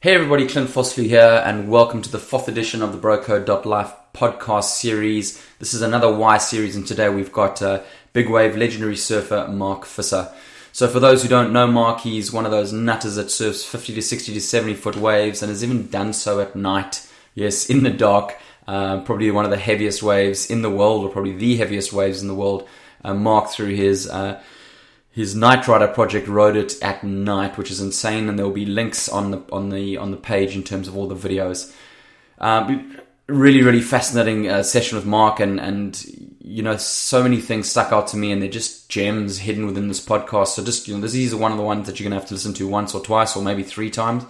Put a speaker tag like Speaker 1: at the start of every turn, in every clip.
Speaker 1: Hey everybody, Clint Fossley here, and welcome to the fourth edition of the BroCode.life podcast series. This is another Y series, and today we've got uh, big wave legendary surfer Mark Fisser. So, for those who don't know Mark, he's one of those nutters that surfs 50 to 60 to 70 foot waves and has even done so at night. Yes, in the dark, uh, probably one of the heaviest waves in the world, or probably the heaviest waves in the world. Uh, Mark, through his uh, his Knight Rider project rode it at night, which is insane, and there will be links on the on the on the page in terms of all the videos. Um, really, really fascinating uh, session with Mark, and and you know so many things stuck out to me, and they're just gems hidden within this podcast. So just you know, this is one of the ones that you're gonna have to listen to once or twice, or maybe three times,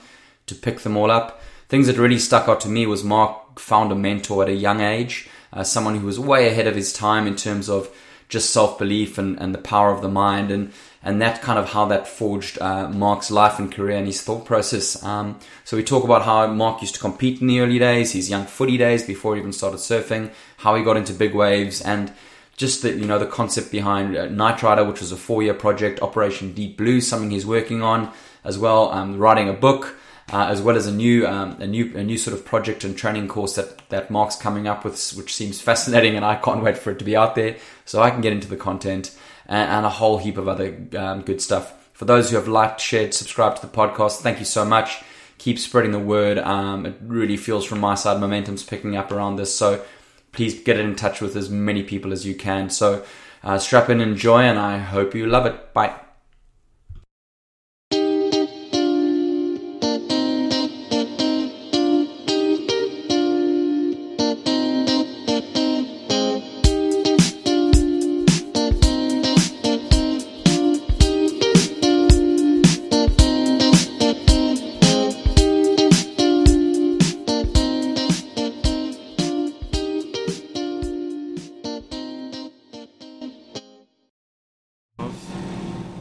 Speaker 1: to pick them all up. Things that really stuck out to me was Mark found a mentor at a young age, uh, someone who was way ahead of his time in terms of just self belief and, and the power of the mind and and that kind of how that forged uh, Mark's life and career and his thought process. Um, so we talk about how Mark used to compete in the early days, his young footy days before he even started surfing, how he got into big waves, and just the you know the concept behind uh, Night Rider, which was a four year project, Operation Deep Blue, something he's working on as well, um, writing a book. Uh, as well as a new um, a new a new sort of project and training course that that Mark's coming up with, which seems fascinating, and I can't wait for it to be out there so I can get into the content and, and a whole heap of other um, good stuff. For those who have liked, shared, subscribed to the podcast, thank you so much. Keep spreading the word. Um, it really feels from my side momentum's picking up around this, so please get in touch with as many people as you can. So uh, strap in, enjoy, and I hope you love it. Bye.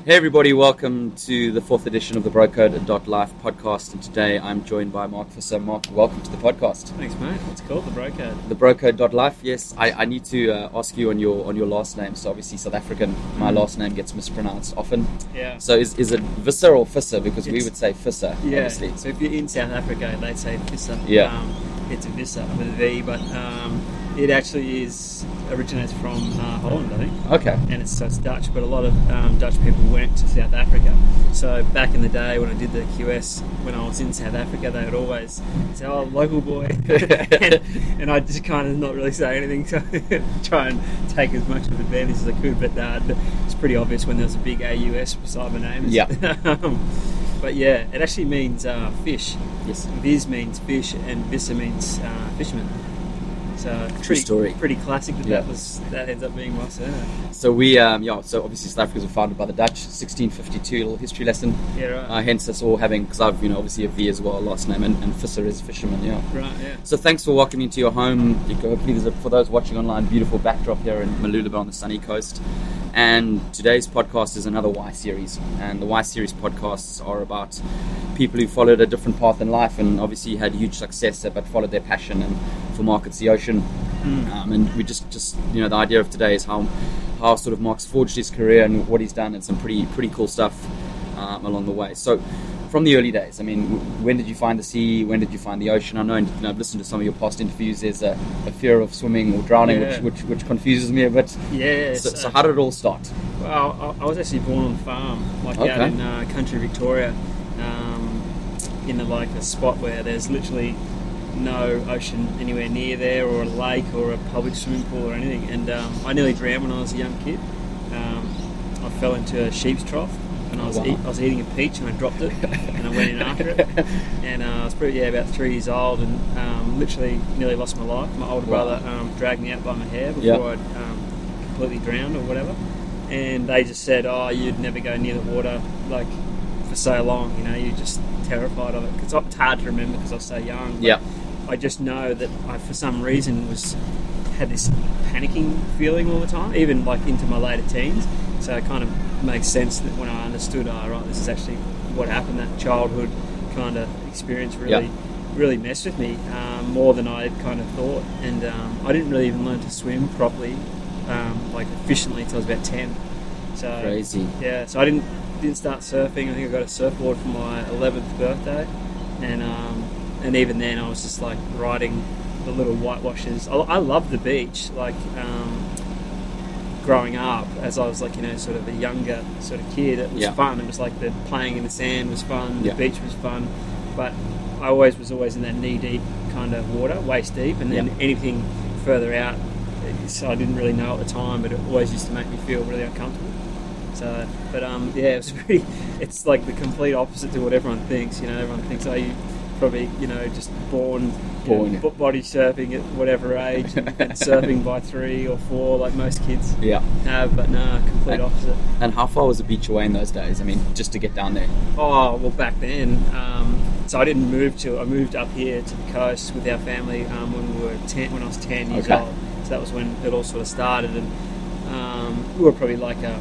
Speaker 1: Hey everybody, welcome to the fourth edition of the BroCode.life podcast. And today I'm joined by Mark Fisser. Mark, welcome to the podcast.
Speaker 2: Thanks, mate. It's called the Brocard.
Speaker 1: The BroCode.life, yes, I, I need to uh, ask you on your on your last name. So obviously South African, my
Speaker 2: Mm.
Speaker 1: last name gets mispronounced often.
Speaker 2: Yeah.
Speaker 1: So is, is it Visser or Fisser? Because we
Speaker 2: It's-
Speaker 1: would say Fisser,
Speaker 2: yeah.
Speaker 1: obviously.
Speaker 2: So if you're in South Africa, and they say Visa.
Speaker 1: Yeah.
Speaker 2: Um, it's a Visa with a V, but um, it actually is originates from uh, Holland, I think.
Speaker 1: Okay.
Speaker 2: And it's, so it's Dutch, but a lot of um, Dutch people went to South Africa. So back in the day when I did the QS, when I was in South Africa, they would always say, "Oh, local boy," and, and I just kind of not really say anything to try and take as much of advantage as I could. But uh, it's pretty obvious when there's a big AUS beside my name.
Speaker 1: Yeah.
Speaker 2: um, but yeah, it actually means uh, fish.
Speaker 1: Yes.
Speaker 2: Viz means fish, and Vissa means uh, fisherman. So pretty,
Speaker 1: story.
Speaker 2: pretty classic that
Speaker 1: Yeah.
Speaker 2: that was that ends up being my surname.
Speaker 1: So we, um, yeah, so obviously South Africa was founded by the Dutch, 1652, little history lesson.
Speaker 2: Yeah, right.
Speaker 1: Uh, hence us all having, because I've, you know, obviously a V as well, last name, and, and Fisser is fisherman, yeah.
Speaker 2: Right, yeah.
Speaker 1: So thanks for walking me to your home. You go- Hopefully, there's a, for those watching online, beautiful backdrop here in Malulaba on the sunny coast. And today's podcast is another Y series, and the Y series podcasts are about people who followed a different path in life and obviously had huge success, but followed their passion. And for Mark, it's the ocean. Um, and we just, just you know, the idea of today is how how sort of Mark's forged his career and what he's done, and some pretty pretty cool stuff um, along the way. So from the early days. I mean, w- when did you find the sea? When did you find the ocean? I know, and, you know, I've listened to some of your past interviews. There's a, a fear of swimming or drowning,
Speaker 2: Yeah.
Speaker 1: which, which which confuses me a bit.
Speaker 2: Yeah.
Speaker 1: So, so how did it all start?
Speaker 2: Well, I, I was actually born on a farm, like out
Speaker 1: Okay.
Speaker 2: in uh, country Victoria, um, in the, like a spot where there's literally no ocean anywhere near there, or a lake, or a public swimming pool, or anything. And um, I nearly drowned when I was a young kid. Um, I fell into a sheep's trough, and I was
Speaker 1: Wow.
Speaker 2: eat, I was eating a peach, and I dropped it, and I went in after it. And uh, I was probably yeah about three years old, and um, literally nearly lost my life. My older
Speaker 1: Wow.
Speaker 2: brother um, dragged me out by my hair
Speaker 1: Yeah.
Speaker 2: before I'd um, completely drowned or whatever. And they just said, "Oh, you'd never go near the water like for so long. You know, you're just terrified of it because it's hard to remember because I was so young." but
Speaker 1: Yeah.
Speaker 2: I just know that I, for some reason, was had this panicking feeling all the time, even like into my later teens. So it kind of makes sense that when I understood, oh, right, this is actually what happened. That childhood kind of experience really, really messed with me um, more than I had kind of thought. And um, I didn't really even learn to swim properly, um, like efficiently, until I was about ten. So
Speaker 1: Crazy.
Speaker 2: yeah, so I didn't didn't start surfing. I think I got a surfboard for my 11th birthday, and um, and even then I was just like riding the little whitewashes. I, I love the beach. Like um, growing up, as I was like you know sort of a younger sort of kid, it was
Speaker 3: Yeah.
Speaker 2: fun. It was like the playing in the sand was fun.
Speaker 3: Yeah.
Speaker 2: The beach was fun, but I always was always in that knee deep kind of water, waist deep, and then
Speaker 3: Yeah.
Speaker 2: anything further out. So I didn't really know at the time, but it always used to make me feel really uncomfortable. So, but um, yeah, it's pretty. It's like the complete opposite to what everyone thinks. You know, everyone thinks, oh, you probably you know just born, you know,
Speaker 3: Born, yeah.
Speaker 2: bo- body surfing at whatever age, and, and surfing by three or four, like most kids
Speaker 3: Yeah.
Speaker 2: have. But nah, complete
Speaker 3: Yeah.
Speaker 2: opposite.
Speaker 3: And how far was the beach away in those days? I mean, just to get down there.
Speaker 2: Oh well, back then. Um, so I didn't move to. I moved up here to the coast with our family um, when we were ten. When I was ten years
Speaker 3: Okay.
Speaker 2: old. So that was when it all sort of started, and um, we were probably like a,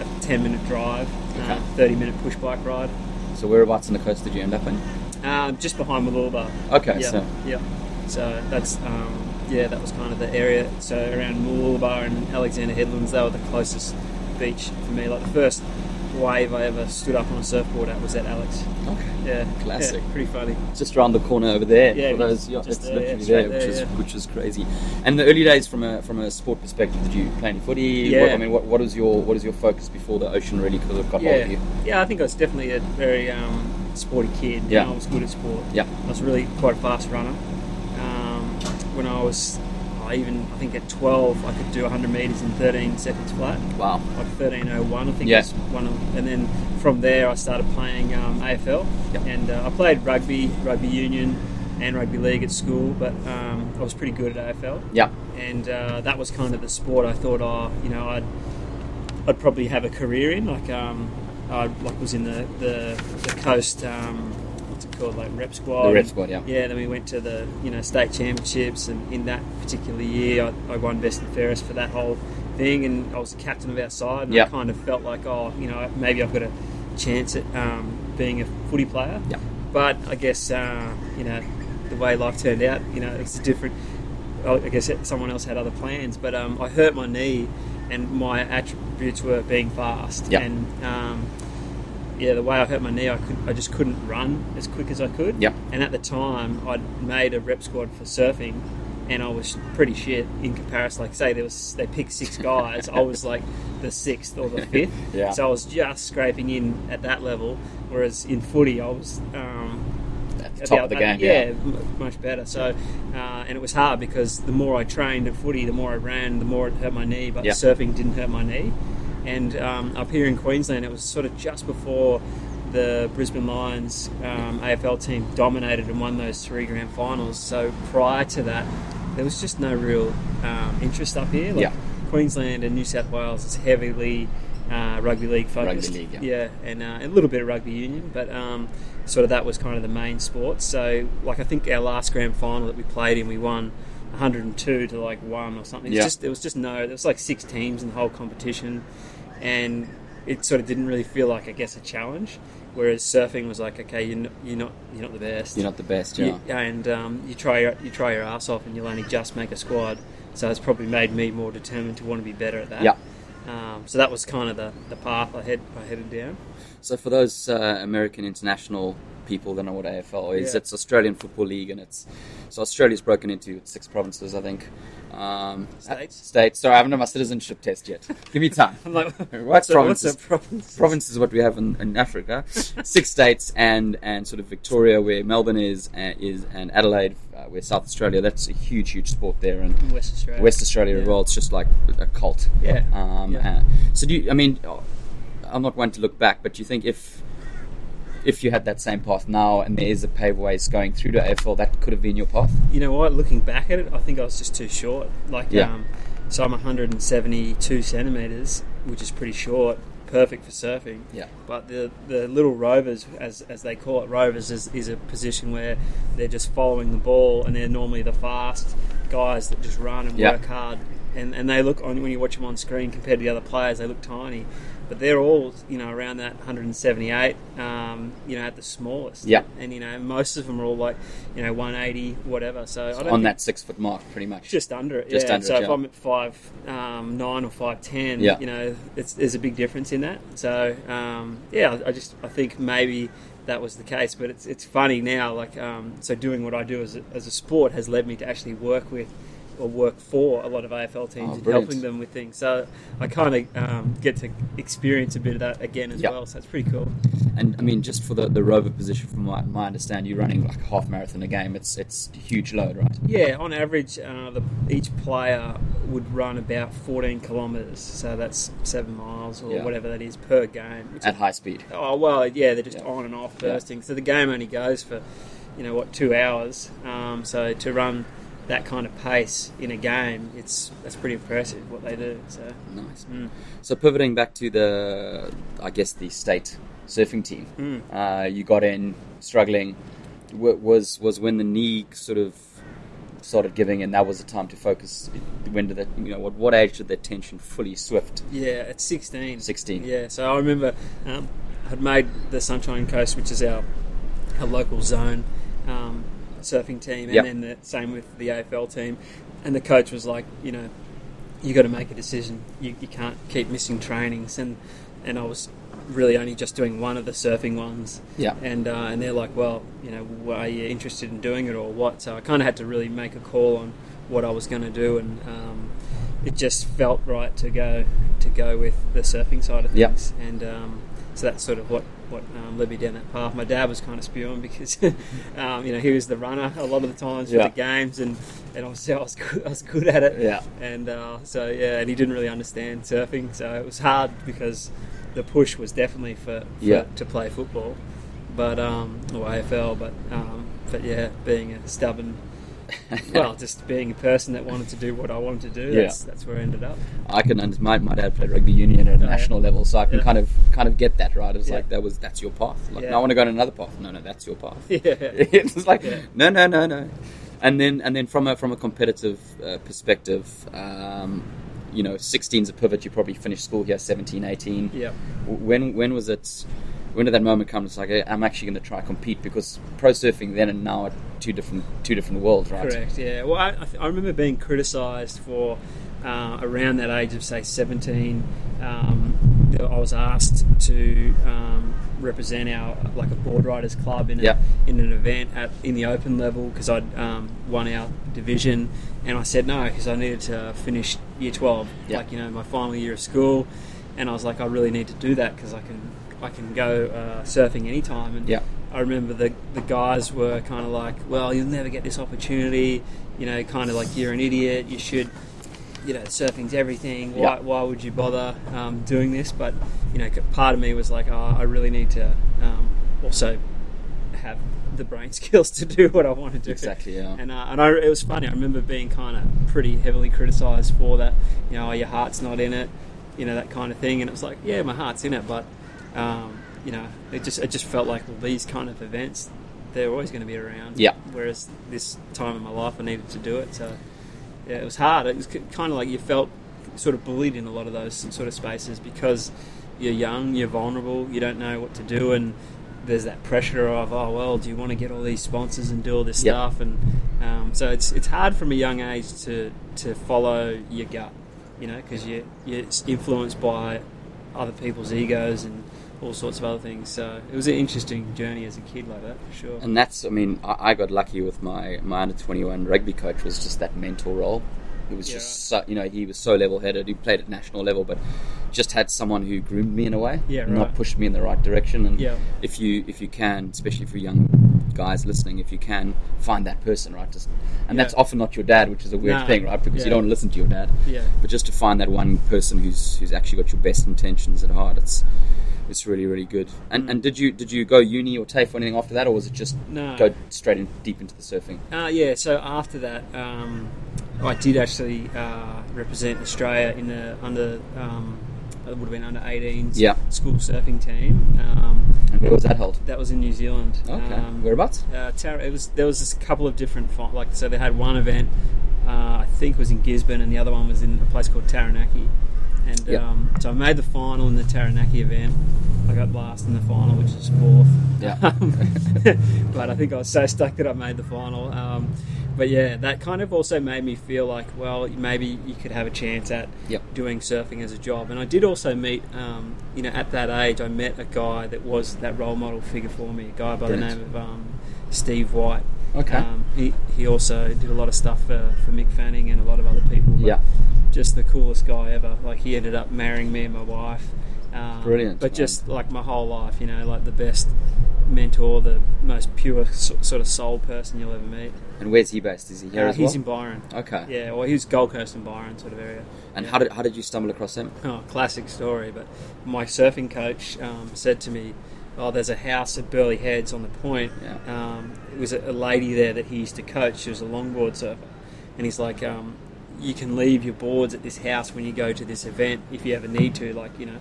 Speaker 2: a ten minute drive,
Speaker 3: Okay.
Speaker 2: uh, thirty minute push bike ride,
Speaker 3: So whereabouts on the coast did you end up in?
Speaker 2: um, just behind Malulba.
Speaker 3: Okay,
Speaker 2: yeah,
Speaker 3: so
Speaker 2: yeah. So that's um, yeah, that was kind of the area. So around Moolbar and Alexander Headlands, they were the closest beach for me. Like the first wave I ever stood up on a surfboard at was at Alex.
Speaker 3: okay.
Speaker 2: Yeah,
Speaker 3: Classic.
Speaker 2: yeah, pretty funny.
Speaker 3: just around the corner over there.
Speaker 2: Yeah,
Speaker 3: for those, yeah,
Speaker 2: just
Speaker 3: it's
Speaker 2: there,
Speaker 3: literally
Speaker 2: yeah,
Speaker 3: there,
Speaker 2: straight
Speaker 3: which
Speaker 2: there,
Speaker 3: is
Speaker 2: yeah.
Speaker 3: which is crazy. And the early days from a from a sport perspective, did you play any footy? What,
Speaker 2: Yeah.
Speaker 3: I mean, what what is your what is your focus before the ocean really sort of got hold
Speaker 2: Yeah,
Speaker 3: of you?
Speaker 2: yeah. I think I was definitely a very um, sporty kid.
Speaker 3: Yeah.
Speaker 2: I was good at sport.
Speaker 3: Yeah.
Speaker 2: I was really quite a fast runner. Um, when I was, I even I think at twelve, I could do hundred meters in thirteen seconds flat.
Speaker 3: Wow.
Speaker 2: like 1301, I think
Speaker 3: Yeah.
Speaker 2: was one of, and then from there I started playing um, AFL,
Speaker 3: Yep.
Speaker 2: and uh, I played rugby, rugby union, and rugby league at school, but um, I was pretty good at AFL,
Speaker 3: Yeah.
Speaker 2: and uh, that was kind of the sport I thought, oh, you know, I'd I'd probably have a career in, like um, I like was in the the, the coast. Um, what's it Called like rep squad.
Speaker 3: The rep squad, yeah.
Speaker 2: Yeah, then we went to the you know state championships, and in that particular year, I, I won best and fairest for that whole thing, and I was the captain of our side, and
Speaker 3: Yeah.
Speaker 2: I kind of felt like, oh, you know, maybe I've got a chance at um, being a footy player.
Speaker 3: Yeah.
Speaker 2: But I guess uh, you know the way life turned out, you know, it's a different. oh, I I guess it- someone else had other plans, but um, I hurt my knee, and my attributes were being fast
Speaker 3: Yeah.
Speaker 2: and. Um, yeah, the way I hurt my knee, I could I just couldn't run as quick as I could.
Speaker 3: Yep.
Speaker 2: And at the time, I'd made a rep squad for surfing, and I was pretty shit in comparison. Like, say there was they picked six guys, I was like the sixth or the fifth.
Speaker 3: Yeah.
Speaker 2: So I was just scraping in at that level, whereas in footy, I was. Um,
Speaker 3: At the top of the game. Yeah.
Speaker 2: m- much better. So, uh, and it was hard because the more I trained at footy, the more I ran, the more it hurt my knee. But
Speaker 3: Yeah.
Speaker 2: surfing didn't hurt my knee. And um, up here in Queensland, it was sort of just before the Brisbane Lions um, AFL team dominated and won those three grand finals. So prior to that, there was just no real um, interest up here. Like
Speaker 3: Yeah.
Speaker 2: Queensland and New South Wales is heavily uh, rugby league focused.
Speaker 3: league, yeah.
Speaker 2: yeah, and uh, a little bit of rugby union, but um, sort of that was kind of the main sport. So, like, I think our last grand final that we played in, we won 102 to like one or something. It's
Speaker 3: Yeah.
Speaker 2: just, there was just no, there was like six teams in the whole competition, and it sort of didn't really feel like, I guess, a challenge. Whereas surfing was like, okay, you're not, you're not, you're not the best.
Speaker 3: You're not the best.
Speaker 2: You-
Speaker 3: Yeah.
Speaker 2: and um, you try your, you try your ass off, and you'll only just make a squad. So it's probably made me more determined to want to be better at that.
Speaker 3: Yeah.
Speaker 2: Um, so that was kind of the, the path I head I headed down.
Speaker 3: So for those uh, American international people that know what AFL is,
Speaker 2: Yeah.
Speaker 3: it's Australian Football League, and it's so Australia's broken into six provinces, I think. Um,
Speaker 2: States?
Speaker 3: States. Sorry, I haven't done my citizenship test yet. Give me time.
Speaker 2: I'm like,
Speaker 3: What's
Speaker 2: what's, a, what's a
Speaker 3: provinces?
Speaker 2: province?
Speaker 3: province is what we have in, in Africa. Six states and and sort of Victoria, where Melbourne is, uh, is and Adelaide, uh, where South Australia. That's a huge, huge sport there, and
Speaker 2: West Australia.
Speaker 3: West Australia as
Speaker 2: Yeah.
Speaker 3: well. It's just like a cult.
Speaker 2: Yeah.
Speaker 3: Um,
Speaker 2: Yeah.
Speaker 3: uh, so do you? I mean, oh, I'm not one to look back, but do you think if if you had that same path now, and there is a paveways going through to AFL, that could have been your path.
Speaker 2: You know what? Looking back at it, I think I was just too short. Like,
Speaker 3: Yeah.
Speaker 2: um, so I'm 172 centimeters, which is pretty short. Perfect for surfing.
Speaker 3: Yeah.
Speaker 2: But the the little rovers, as as they call it, rovers is, is a position where they're just following the ball, and they're normally the fast guys that just run and
Speaker 3: Yeah.
Speaker 2: work hard. And and they look on when you watch them on screen compared to the other players, they look tiny. But they're all you know around that 178, um, you know at the smallest.
Speaker 3: Yeah.
Speaker 2: And you know most of them are all like you know 180 whatever. So I don't
Speaker 3: On
Speaker 2: think-
Speaker 3: that six foot mark, pretty much.
Speaker 2: just under it.
Speaker 3: Just
Speaker 2: yeah.
Speaker 3: under
Speaker 2: so
Speaker 3: it,
Speaker 2: if
Speaker 3: yeah.
Speaker 2: I'm at five um, nine or five ten,
Speaker 3: Yeah.
Speaker 2: you know, it's, there's a big difference in that. So um, yeah, I, I just I think maybe that was the case. But it's it's funny now. Like um, so, doing what I do as a, as a sport has led me to actually work with or work for a lot of AFL teams
Speaker 1: Oh,
Speaker 2: and
Speaker 1: brilliant.
Speaker 2: helping them with things. So I kind of um, get to experience a bit of that again as
Speaker 3: Yeah.
Speaker 2: well. So it's pretty cool.
Speaker 3: And I mean, just for the, the rover position, from my, my understanding, you're running like a half marathon a game. It's it's a huge load, right?
Speaker 2: Yeah, on average, uh, the, each player would run about 14 kilometres, so that's seven miles or
Speaker 3: Yeah.
Speaker 2: whatever that is per game. Which
Speaker 3: At high speed.
Speaker 2: oh well, yeah, they're just
Speaker 3: Yeah.
Speaker 2: on and off
Speaker 3: Yeah.
Speaker 2: bursting. So the game only goes for, you know, what two hours. Um, so to run that kind of pace in a game, it's that's pretty impressive what they do. So
Speaker 3: Nice.
Speaker 2: Mm.
Speaker 3: So pivoting back to the, I guess the state surfing team. Uh, you got in struggling. W- was was when the knee sort of started giving, and that was the time to focus. When did that? You know, what what age did the tension fully swift?
Speaker 2: Yeah, at 16.
Speaker 3: 16.
Speaker 2: Yeah, so I remember um, I'd made the Sunshine Coast, which is our, our local zone um, surfing team, and
Speaker 3: Yeah.
Speaker 2: then the same with the AFL team. And the coach was like, you know, you got to make a decision. You, you can't keep missing trainings. And, and I was really only just doing one of the surfing ones.
Speaker 3: Yeah.
Speaker 2: And, uh, and they're like, well, you know, w- are you interested in doing it or what? So I kind of had to really make a call on what I was going to do. And um, it just felt right to go to go with the surfing side of
Speaker 3: Yeah.
Speaker 2: things. And um, so that's sort of what, what um, led me down that path. My dad was kind of spewing because, um, you know, he was the runner a lot of the times
Speaker 3: Yeah.
Speaker 2: for the games. And, and obviously I was good, I was good at it
Speaker 3: Yeah.
Speaker 2: and uh, so yeah, and he didn't really understand surfing, so it was hard because the push was definitely for, for
Speaker 3: Yeah.
Speaker 2: to play football, but um, or AFL, but um, but yeah, being a stubborn, well, just being a person that wanted to do what I wanted to do.
Speaker 3: Yeah.
Speaker 2: That's that's where I ended up.
Speaker 3: I can under, my, my dad played rugby union at a
Speaker 2: Oh, yeah.
Speaker 3: national level, so I can
Speaker 2: Yeah.
Speaker 3: kind of kind of get that right. It's
Speaker 2: Yeah.
Speaker 3: like that was that's your path. Like,
Speaker 2: Yeah.
Speaker 3: no, I want to go on another path. No, no, that's your path.
Speaker 2: Yeah,
Speaker 3: it's like
Speaker 2: Yeah.
Speaker 3: no, no, no, no. And then and then from a from a competitive uh, perspective, um, you know, 16's a pivot. You probably finished school here, 17, 18.
Speaker 2: yeah.
Speaker 3: W- When when was it? When did that moment come? It's like eh, I'm actually going to try compete because pro surfing then and now are two different two different worlds, right?
Speaker 2: Correct. Yeah. Well, I, I, th- I remember being criticised for uh, around that age of say seventeen. Um, that I was asked to um, represent our like a board riders club in a,
Speaker 3: Yeah.
Speaker 2: in an event at in the open level because I'd um, won our division, and I said no because I needed to finish year twelve,
Speaker 3: Yeah.
Speaker 2: like you know my final year of school, and I was like I really need to do that because I can I can go uh, surfing anytime and
Speaker 3: Yeah.
Speaker 2: I remember the the guys were kind of like, "Well, you'll never get this opportunity," you know, kind of like you're an idiot. You should, you know, surfing's everything. Why,
Speaker 3: Yeah.
Speaker 2: why would you bother um, doing this? But you know, c- part of me was like, oh, I really need to um, also have the brain skills to do what I want to do.
Speaker 3: Exactly, yeah.
Speaker 2: And uh, and I, it was funny. I remember being kind of pretty heavily criticised for that. You know, oh, your heart's not in it. You know that kind of thing. And it was like, yeah, my heart's in it, but um, you know, it just it just felt like well, these kind of events, they're always going to be around.
Speaker 3: Yeah.
Speaker 2: Whereas this time in my life, I needed to do it. So yeah, it was hard. It was kind of like you felt sort of bullied in a lot of those sort of spaces because you're young, you're vulnerable, you don't know what to do, and there's that pressure of oh well, do you want to get all these sponsors and do all this
Speaker 3: Yeah.
Speaker 2: stuff? And um, so it's it's hard from a young age to to follow your gut, you know, because you you're influenced by other people's egos and all sorts of other things. So it was an interesting journey as a kid like that for sure.
Speaker 3: And that's, I mean, I, I got lucky with my, my under 21 rugby coach was just that mentor role. It was
Speaker 2: Yeah.
Speaker 3: just, so, you know, he was so level headed. He played at national level, but just had someone who groomed me in a way,
Speaker 2: Yeah,
Speaker 3: not
Speaker 2: right.
Speaker 3: pushed me in the right direction. And
Speaker 2: Yeah.
Speaker 3: if you if you can, especially for young guys listening, if you can find that person, right? Just, and
Speaker 2: Yeah.
Speaker 3: that's often not your dad, which is a weird
Speaker 2: No.
Speaker 3: thing, right? Because you
Speaker 2: Yeah.
Speaker 3: don't listen to your dad.
Speaker 2: Yeah.
Speaker 3: But just to find that one person who's who's actually got your best intentions at heart, it's it's really really good. And
Speaker 2: Mm.
Speaker 3: and did you did you go uni or TAFE or anything after that, or was it just
Speaker 2: No.
Speaker 3: go straight in, deep into the surfing?
Speaker 2: Uh, yeah, so after that, um, I did actually uh, represent Australia in the under, um, it would have been under 18s
Speaker 3: Yeah.
Speaker 2: school surfing team. Um,
Speaker 3: And where was that held?
Speaker 2: that was in New Zealand.
Speaker 3: Okay,
Speaker 2: Um,
Speaker 3: whereabouts?
Speaker 2: uh, Tara, it was there was this couple of different fi- like so they had one event uh, I think was in Gisborne and the other one was in a place called Taranaki and
Speaker 3: Yep.
Speaker 2: um, so I made the final in the Taranaki event I got last in the final which is fourth
Speaker 3: Yeah.
Speaker 2: but I think I was so stuck that I made the final um, But yeah, that kind of also made me feel like, well, maybe you could have a chance at
Speaker 3: Yep.
Speaker 2: doing surfing as a job. And I did also meet, um, you know, at that age, I met a guy that was that role model figure for me, a guy by
Speaker 3: Brilliant.
Speaker 2: the name of um, Steve White.
Speaker 3: Okay.
Speaker 2: Um, he, he also did a lot of stuff for, for Mick Fanning and a lot of other people. but
Speaker 3: Yeah.
Speaker 2: Just the coolest guy ever. Like, he ended up marrying me and my wife. Um,
Speaker 3: Brilliant,
Speaker 2: But
Speaker 3: man.
Speaker 2: just like my whole life, you know, like the best mentor, the most pure so, sort of soul person you'll ever meet.
Speaker 3: And where's he based? Is he here
Speaker 2: Uh,
Speaker 3: as
Speaker 2: he's
Speaker 3: well?
Speaker 2: in Byron.
Speaker 3: okay.
Speaker 2: Yeah, well, he was Gold Coast and Byron sort of area.
Speaker 3: And how did how did you stumble across him?
Speaker 2: Oh, classic story. But my surfing coach um, said to me, "Oh, there's a house at Burley Heads on the point.
Speaker 3: Yeah.
Speaker 2: Um, it was a, a lady there that he used to coach. She was a longboard surfer, and he's like." Um, you can leave your boards at this house when you go to this event if you ever need to, like you know.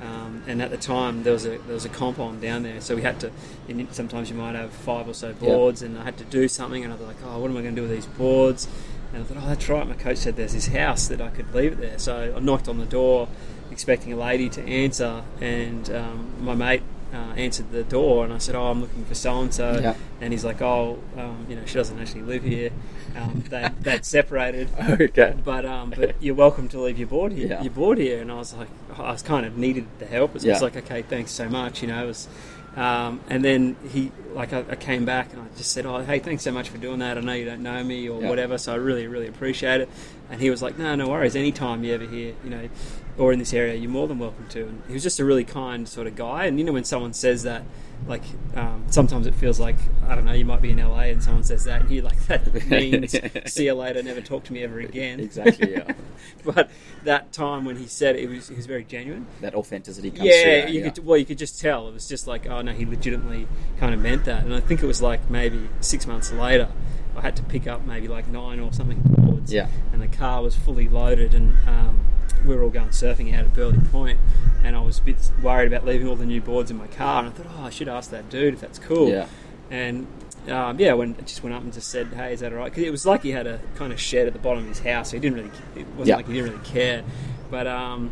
Speaker 2: Um, and at the time, there was a there was a comp on down there, so we had to. And it- sometimes you might have five or so boards, and I had to do something, and I was like, "Oh, what am I going to do with these boards?" And I thought, "Oh, that's right." My coach said there's this house that I could leave it there, so I knocked on the door, expecting a lady to answer, and um, my mate uh, answered the door, and I said, "Oh, I'm looking for so and so."
Speaker 3: Yeah.
Speaker 2: and he's like, "Oh, um, you know, she doesn't actually live here. Um, they that separated,
Speaker 3: Okay.
Speaker 2: but um, but you're welcome to leave your board here.
Speaker 3: Yeah.
Speaker 2: Your board here." And I was like, I was kind of needed the help. It was
Speaker 3: Yeah.
Speaker 2: like, "Okay, thanks so much." You know, it was. Um, and then he, like, I, I came back and I just said, "Oh, hey, thanks so much for doing that. I know you don't know me or
Speaker 3: Yeah.
Speaker 2: whatever, so I really, really appreciate it." And he was like, "No, no worries. Anytime you ever here, you know, or in this area, you're more than welcome to." And he was just a really kind sort of guy. And you know, when someone says that, like, um, sometimes it feels like I don't know, you might be in LA and someone says that, and you're like, "That means see you later. Never talk to me ever again."
Speaker 3: Exactly, yeah.
Speaker 2: but that time when he said it, it was, he was very genuine
Speaker 3: That authenticity comes through.
Speaker 2: yeah,
Speaker 3: there,
Speaker 2: you could well, you could just tell. It was just like, oh no, he legitimately kind of meant that. And I think it was like maybe six months later, I had to pick up maybe like nine or something boards.
Speaker 3: Yeah.
Speaker 2: and the car was fully loaded, and um, we were all going surfing out at Burley Point, and I was a bit worried about leaving all the new boards in my car, and I thought, oh, I should ask that dude if that's cool.
Speaker 3: Yeah.
Speaker 2: and. Um, yeah, when I just went up and just said, "Hey, is that alright?" Because it was like he had a kind of shed at the bottom of his house, so he didn't really. It wasn't
Speaker 3: Yeah.
Speaker 2: like he didn't really care, but um,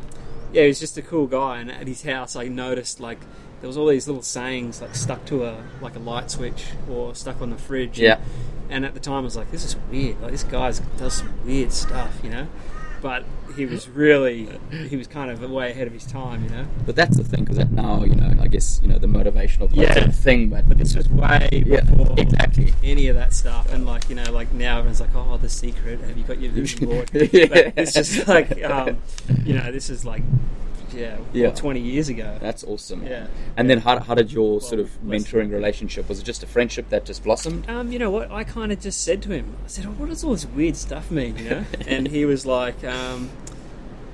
Speaker 2: yeah, he was just a cool guy. And at his house, I noticed like there was all these little sayings like stuck to a like a light switch or stuck on the fridge.
Speaker 3: Yeah.
Speaker 2: And at the time, I was like, "This is weird. Like this guy does some weird stuff," you know. But he was really he was kind of way ahead of his time, you know.
Speaker 3: But that's the thing, because that now, you know, I guess, you know, the motivational part
Speaker 2: Yeah.
Speaker 3: of the thing, but,
Speaker 2: But this was way
Speaker 3: yeah,
Speaker 2: before
Speaker 3: exactly.
Speaker 2: any of that stuff. And like you know, like now everyone's like, "Oh, the secret. Have you got your vision board?"
Speaker 3: Yeah.
Speaker 2: But it's just like um, you know, this is like yeah,
Speaker 3: Yeah.
Speaker 2: twenty years ago.
Speaker 3: That's awesome.
Speaker 2: Yeah.
Speaker 3: And then how, how did your sort of
Speaker 2: less than-
Speaker 3: mentoring relationship, was it just a friendship that just blossomed?
Speaker 2: um, you know what? I kind of just said to him, I said, oh, what does all this weird stuff mean, you know? and he was like, um,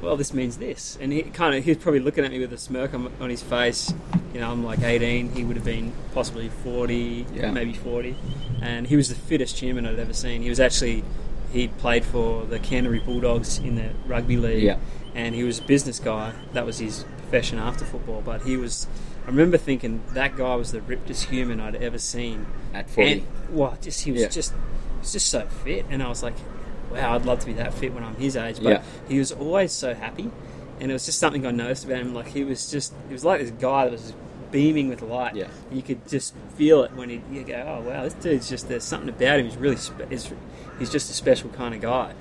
Speaker 2: well, this means this. And he kind of, he was probably looking at me with a smirk on, on his face. You know, I'm like 18. He would have been possibly 40,
Speaker 3: Yeah.
Speaker 2: maybe 40. And he was the fittest human I'd ever seen. He was actually, he played for the Canterbury Bulldogs in the rugby league.
Speaker 3: Yeah.
Speaker 2: And he was a business guy. That was his profession after football. But he was, I remember thinking that guy was the rippedest human I'd ever seen.
Speaker 3: At 40.
Speaker 2: And, well, just he was
Speaker 3: Yeah.
Speaker 2: just he was just so fit, and I was like, wow, I'd love to be that fit when I'm his age. But
Speaker 3: Yeah.
Speaker 2: he was always so happy, and it was just something I noticed about him. Like he was just he was like this guy that was just beaming with light.
Speaker 3: Yeah.
Speaker 2: you could just feel it when he you go, oh wow, this dude's just there's something about him. He's really spe- he's, he's just a special kind of guy.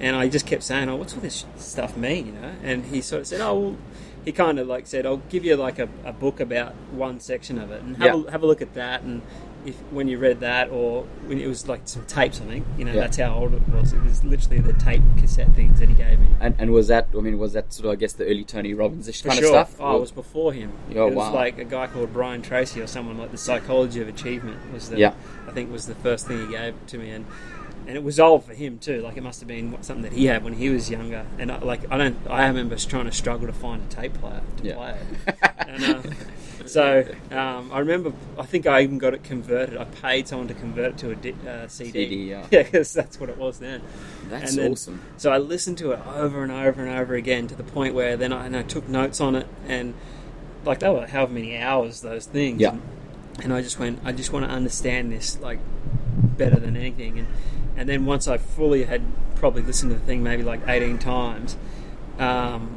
Speaker 2: And I just kept saying, oh, what's all this stuff mean, you know? And he sort of said, oh. Well, he kind of like said, "I'll give you like a, a book about one section of it, and have,
Speaker 3: Yeah.
Speaker 2: a, have a look at that, and if when you read that, or when it was like some tapes, I think you know
Speaker 3: Yeah.
Speaker 2: that's how old it was. It was literally the tape cassette things that he gave me.
Speaker 3: And, and was that, I mean, was that sort of, I guess, the early Tony Robbins-ish kind of stuff?
Speaker 2: Oh, it was before him.
Speaker 3: Oh,
Speaker 2: it was
Speaker 3: wow.
Speaker 2: like a guy called Brian Tracy or someone like the psychology of achievement was the
Speaker 3: Yeah.
Speaker 2: I think was the first thing he gave to me and and it was old for him too. Like it must have been something that he had when he was younger. And I, like I don't, I remember trying to struggle to find a tape player to
Speaker 3: Yeah.
Speaker 2: play it. And, uh, so um, I remember, I think I even got it converted. I paid someone to convert it to a di- uh, CD.
Speaker 3: CD, yeah.
Speaker 2: because that's what it was then.
Speaker 3: That's
Speaker 2: And then-
Speaker 3: awesome.
Speaker 2: So I listened to it over and over and over again to the point where then I, and I took notes on it and like they were however many hours those things.
Speaker 3: Yeah.
Speaker 2: And, and I just went, I just want to understand this like better than anything. And and then once I fully had probably listened to the thing maybe like eighteen times, um,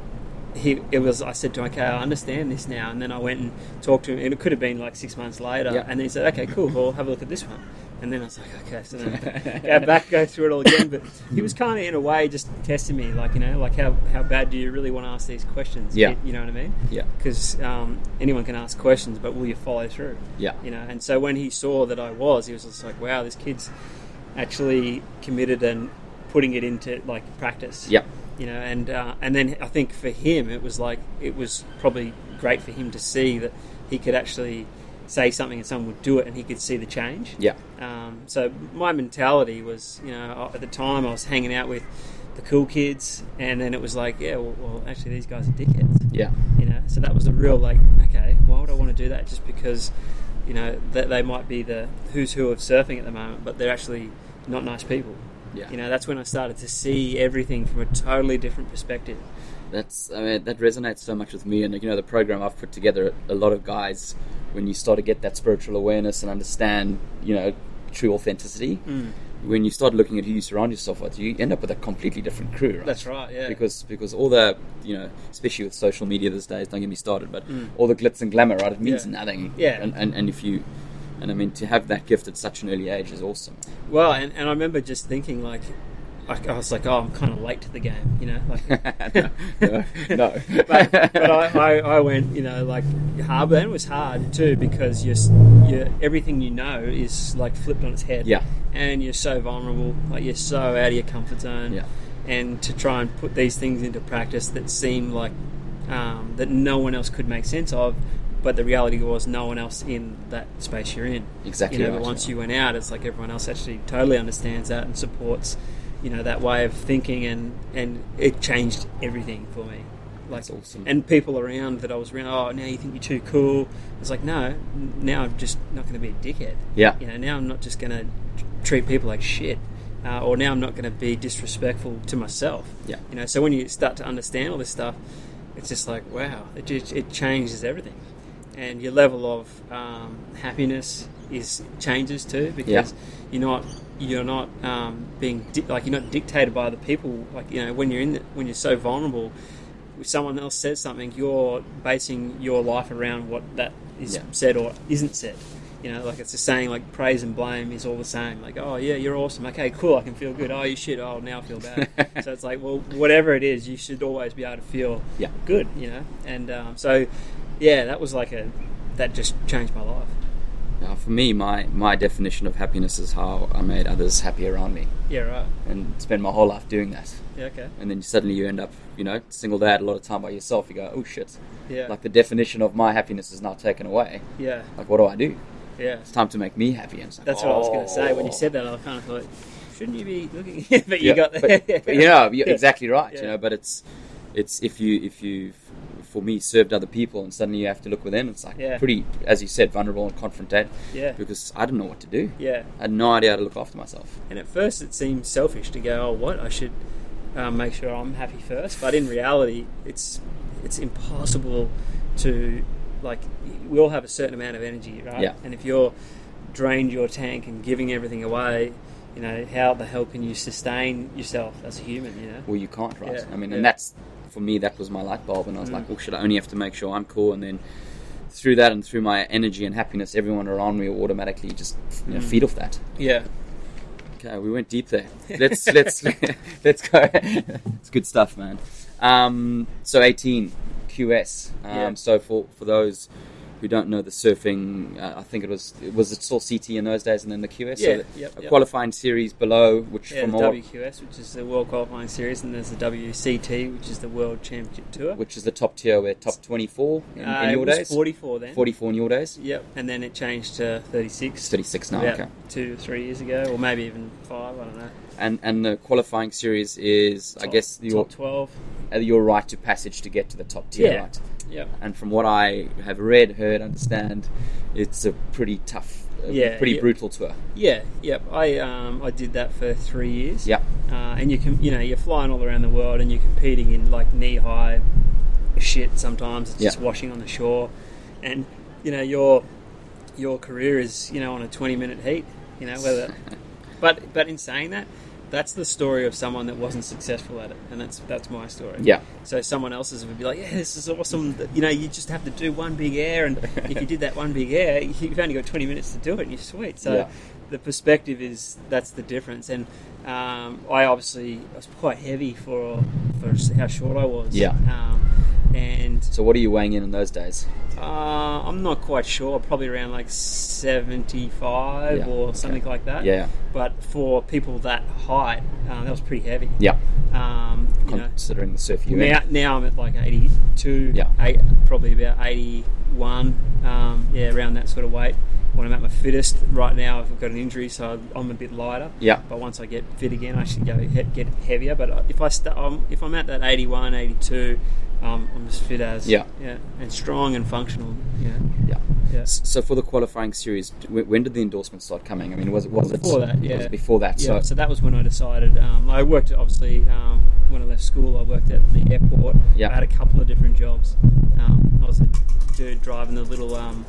Speaker 2: he it was I said to him, okay, I understand this now. And then I went and talked to him, and it could have been like six months later.
Speaker 3: Yeah.
Speaker 2: And then he said, okay, cool, well, have a look at this one. And then I was like, okay, so then go back, go through it all again. But he was kind of in a way just testing me, like you know, like how, how bad do you really want to ask these questions?
Speaker 3: Yeah.
Speaker 2: you, you know what I mean?
Speaker 3: Yeah.
Speaker 2: Because um, anyone can ask questions, but will you follow through?
Speaker 3: Yeah.
Speaker 2: you know. And so when he saw that I was, he was just like, wow, this kid's actually committed and putting it into like practice.
Speaker 3: Yeah.
Speaker 2: you know. And uh, and then I think for him, it was like it was probably great for him to see that he could actually say something and someone would do it, and he could see the change.
Speaker 3: Yeah.
Speaker 2: Um, so my mentality was, you know, at the time I was hanging out with the cool kids, and then it was like, yeah, well, well actually these guys are dickheads,
Speaker 3: Yeah.
Speaker 2: you know. So that was a real like, okay, why would I want to do that? Just because, you know, that they might be the who's who of surfing at the moment, but they're actually not nice people.
Speaker 3: Yeah.
Speaker 2: You know, that's when I started to see everything from a totally different perspective.
Speaker 3: That's I mean that resonates so much with me, and you know the program I've put together. A lot of guys, when you start to get that spiritual awareness and understand, you know, true authenticity,
Speaker 2: Mm.
Speaker 3: when you start looking at who you surround yourself with, you end up with a completely different crew. Right?
Speaker 2: That's right, yeah.
Speaker 3: Because because all the you know, especially with social media these days, don't get me started, but all the glitz and glamour, right? It means
Speaker 2: Mm. Yeah.
Speaker 3: nothing.
Speaker 2: Yeah.
Speaker 3: And, and and if you, and I mean to have that gift at such an early age is awesome.
Speaker 2: Well, and, and I remember just thinking like, like, I was like, oh, I'm kind of late to the game, you know. Like,
Speaker 3: No, no, no.
Speaker 2: but but I, I, I went, you know, like hard. But then it was hard too because you're, s- you're everything you know is like flipped on its head.
Speaker 3: Yeah.
Speaker 2: and you're so vulnerable. Like you're so out of your comfort zone.
Speaker 3: Yeah.
Speaker 2: and to try and put these things into practice that seem like um, that no one else could make sense of. But the reality was, no one else in that space you're in.
Speaker 3: Exactly
Speaker 2: You know,
Speaker 3: right,
Speaker 2: but once
Speaker 3: yeah.
Speaker 2: you went out, it's like everyone else actually totally understands that and supports, you know, that way of thinking, and and it changed everything for me. Like,
Speaker 3: That's awesome.
Speaker 2: And people around that I was around, oh, now you think you're too cool. It's like, no, n- now I'm just not going to be a dickhead.
Speaker 3: Yeah.
Speaker 2: You know, now I'm not just going to treat people like shit. Uh, or now I'm not going to be disrespectful to myself.
Speaker 3: Yeah.
Speaker 2: You know, so when you start to understand all this stuff, it's just like, wow, it, just, it changes everything. And your level of um, happiness is changes too because you're not you're not um, being di- like you're not dictated by other people. Like you know, when you're in the, when you're so vulnerable, if someone else says something, you're basing your life around what that is
Speaker 3: Yeah.
Speaker 2: said or isn't said. You know, like it's a saying like praise and blame is all the same. Like, oh yeah, you're awesome. Okay, cool. I can feel good. Oh, you shit. Oh, now I feel bad. so it's like, well, whatever it is, you should always be able to feel
Speaker 3: Yeah.
Speaker 2: good. You know, and um, so yeah, that was like a that just changed my life.
Speaker 3: Now, for me, my, my definition of happiness is how I made others happy around me
Speaker 2: Yeah, right.
Speaker 3: and spend my whole life doing that.
Speaker 2: Yeah, okay.
Speaker 3: And then suddenly you end up, you know, singled out a lot of time by yourself. You go, oh shit.
Speaker 2: Yeah.
Speaker 3: Like the definition of my happiness is now taken away.
Speaker 2: Yeah,
Speaker 3: Like, what do I do?
Speaker 2: yeah.
Speaker 3: It's time to make me happy. And it's like,
Speaker 2: That's what I was going
Speaker 3: "Oh."
Speaker 2: to say when you said that. I kind of thought, shouldn't you be looking? but you
Speaker 3: Yeah,
Speaker 2: got there.
Speaker 3: but, but, you know, you're
Speaker 2: Yeah.
Speaker 3: exactly right. You
Speaker 2: Yeah.
Speaker 3: know, but it's it's if you if you for me served other people and suddenly you have to look within. It's like
Speaker 2: Yeah.
Speaker 3: pretty, as you said, vulnerable and confrontate.
Speaker 2: Yeah.
Speaker 3: Because I didn't know what to do.
Speaker 2: Yeah.
Speaker 3: I had no idea how to look after myself.
Speaker 2: And at first, it seemed selfish to go, "Oh, what? I should um, make sure I'm happy first. But in reality, it's it's impossible to like. We all have a certain amount of energy, right?
Speaker 3: Yeah.
Speaker 2: And if you're drained your tank and giving everything away, you know how the hell can you sustain yourself as a human? You know.
Speaker 3: well, you can't, right?
Speaker 2: Yeah,
Speaker 3: I mean,
Speaker 2: yeah. Mm.
Speaker 3: and that's for me, that was my light bulb, and I was like, oh, should I only have to make sure I'm cool? And then through that and through my energy and happiness, everyone around me will automatically just you know,
Speaker 2: Mm.
Speaker 3: feed off that.
Speaker 2: Yeah.
Speaker 3: Okay, we went deep there. Let's let's let's go. it's good stuff, man. Um, so eighteen QS. Um,
Speaker 2: Yeah.
Speaker 3: So for for those who don't know the surfing, uh, I think it was it was it still CT in those days, and then the QS.
Speaker 2: Yeah,
Speaker 3: so the-
Speaker 2: yep,
Speaker 3: a
Speaker 2: yep.
Speaker 3: qualifying series below, which
Speaker 2: Yeah,
Speaker 3: from
Speaker 2: the
Speaker 3: all,
Speaker 2: WQS, which is the World Qualifying Series, and there's the WCT, which is the World Championship Tour.
Speaker 3: which is the top tier, we're top twenty four in,
Speaker 2: Uh,
Speaker 3: in
Speaker 2: it
Speaker 3: your
Speaker 2: was
Speaker 3: days.
Speaker 2: 44 then.
Speaker 3: 44 in your days?
Speaker 2: Yep, and then it changed to 36.
Speaker 3: It's 36 now,
Speaker 2: about
Speaker 3: okay.
Speaker 2: Two, three years ago, or maybe even five, I don't know.
Speaker 3: And and the qualifying series is, I
Speaker 2: Top-
Speaker 3: guess, your,
Speaker 2: top 12.
Speaker 3: uh, your right to passage to get to the top tier,
Speaker 2: Yeah.
Speaker 3: right?
Speaker 2: Yep.
Speaker 3: And from what I have read, heard, understand, it's a pretty tough, a
Speaker 2: Yeah,
Speaker 3: pretty
Speaker 2: yeah.
Speaker 3: brutal tour.
Speaker 2: Yeah, yep. I um, I did that for three years.
Speaker 3: Yeah.
Speaker 2: Uh, and you can, you know, you're flying all around the world, and you're competing in like knee high shit. Sometimes it's just
Speaker 3: Yeah.
Speaker 2: washing on the shore, and you know your your career is you know on a 20 minute heat. You know whether, but but in saying that, That's the story of someone that wasn't successful at it, and that's that's my story.
Speaker 3: Yeah.
Speaker 2: So someone else's would be like, "Yeah, this is awesome." You know, you just have to do one big air, and if you did that one big air, you've only got twenty minutes to do it, and you're sweet. So
Speaker 3: Yeah.
Speaker 2: the perspective is that's the difference. And um, I obviously I was quite heavy for for how short I was.
Speaker 3: Yeah.
Speaker 2: Um, and
Speaker 3: So what are you weighing in in those days?
Speaker 2: uh, I'm not quite sure. Probably around like 75
Speaker 3: Yeah,
Speaker 2: or something
Speaker 3: okay.
Speaker 2: like that.
Speaker 3: Yeah.
Speaker 2: But for people that height, um, that was pretty heavy.
Speaker 3: Yeah.
Speaker 2: Um, you know,
Speaker 3: Considering the surf you
Speaker 2: now,
Speaker 3: in.
Speaker 2: now I'm at like 82,
Speaker 3: Yeah.
Speaker 2: eight, probably about 81, um, yeah, around that sort of weight. When I'm at my fittest, right now I've got an injury, so I'm a bit lighter.
Speaker 3: Yeah.
Speaker 2: But once I get fit again, I should go he- get heavier. But if I st- um, if I'm at that 81, 82, um, I'm as fit as
Speaker 3: Yeah.
Speaker 2: yeah, and strong and functional. Yeah,
Speaker 3: Yeah.
Speaker 2: yeah.
Speaker 3: S- So for the qualifying series, d- w- when did the endorsements start coming? I mean, was it was it
Speaker 2: Before that,
Speaker 3: was
Speaker 2: yeah.
Speaker 3: it before that?
Speaker 2: Yeah, so,
Speaker 3: so
Speaker 2: that was when I decided. Um, I worked at, obviously um, when I left school. I worked at the airport.
Speaker 3: Yeah.
Speaker 2: I had a couple of different jobs. Um, I was a dude driving the little um,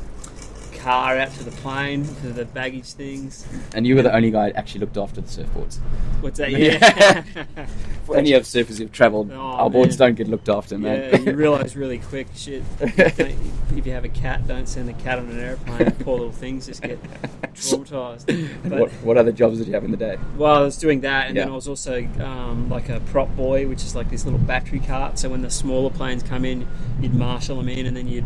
Speaker 2: car out to the plane for the baggage things.
Speaker 3: and you were the only guy that actually looked after the surfboards.
Speaker 2: What's that?
Speaker 3: Yeah.
Speaker 2: Yeah,
Speaker 3: For any of surfers who've travelled,
Speaker 2: Oh,
Speaker 3: our boards
Speaker 2: man.
Speaker 3: don't get looked after, man.
Speaker 2: yeah. You realise really quick, shit. don't- If you have a cat, don't send the cat on an airplane. Poor little things just get traumatized. But-
Speaker 3: what, what other jobs did you have in the day?
Speaker 2: Well, I was doing that, and then
Speaker 3: Yeah.
Speaker 2: I was also um, like a prop boy, which is like this little battery cart. So when the smaller planes come in, you'd marshal them in, and then you'd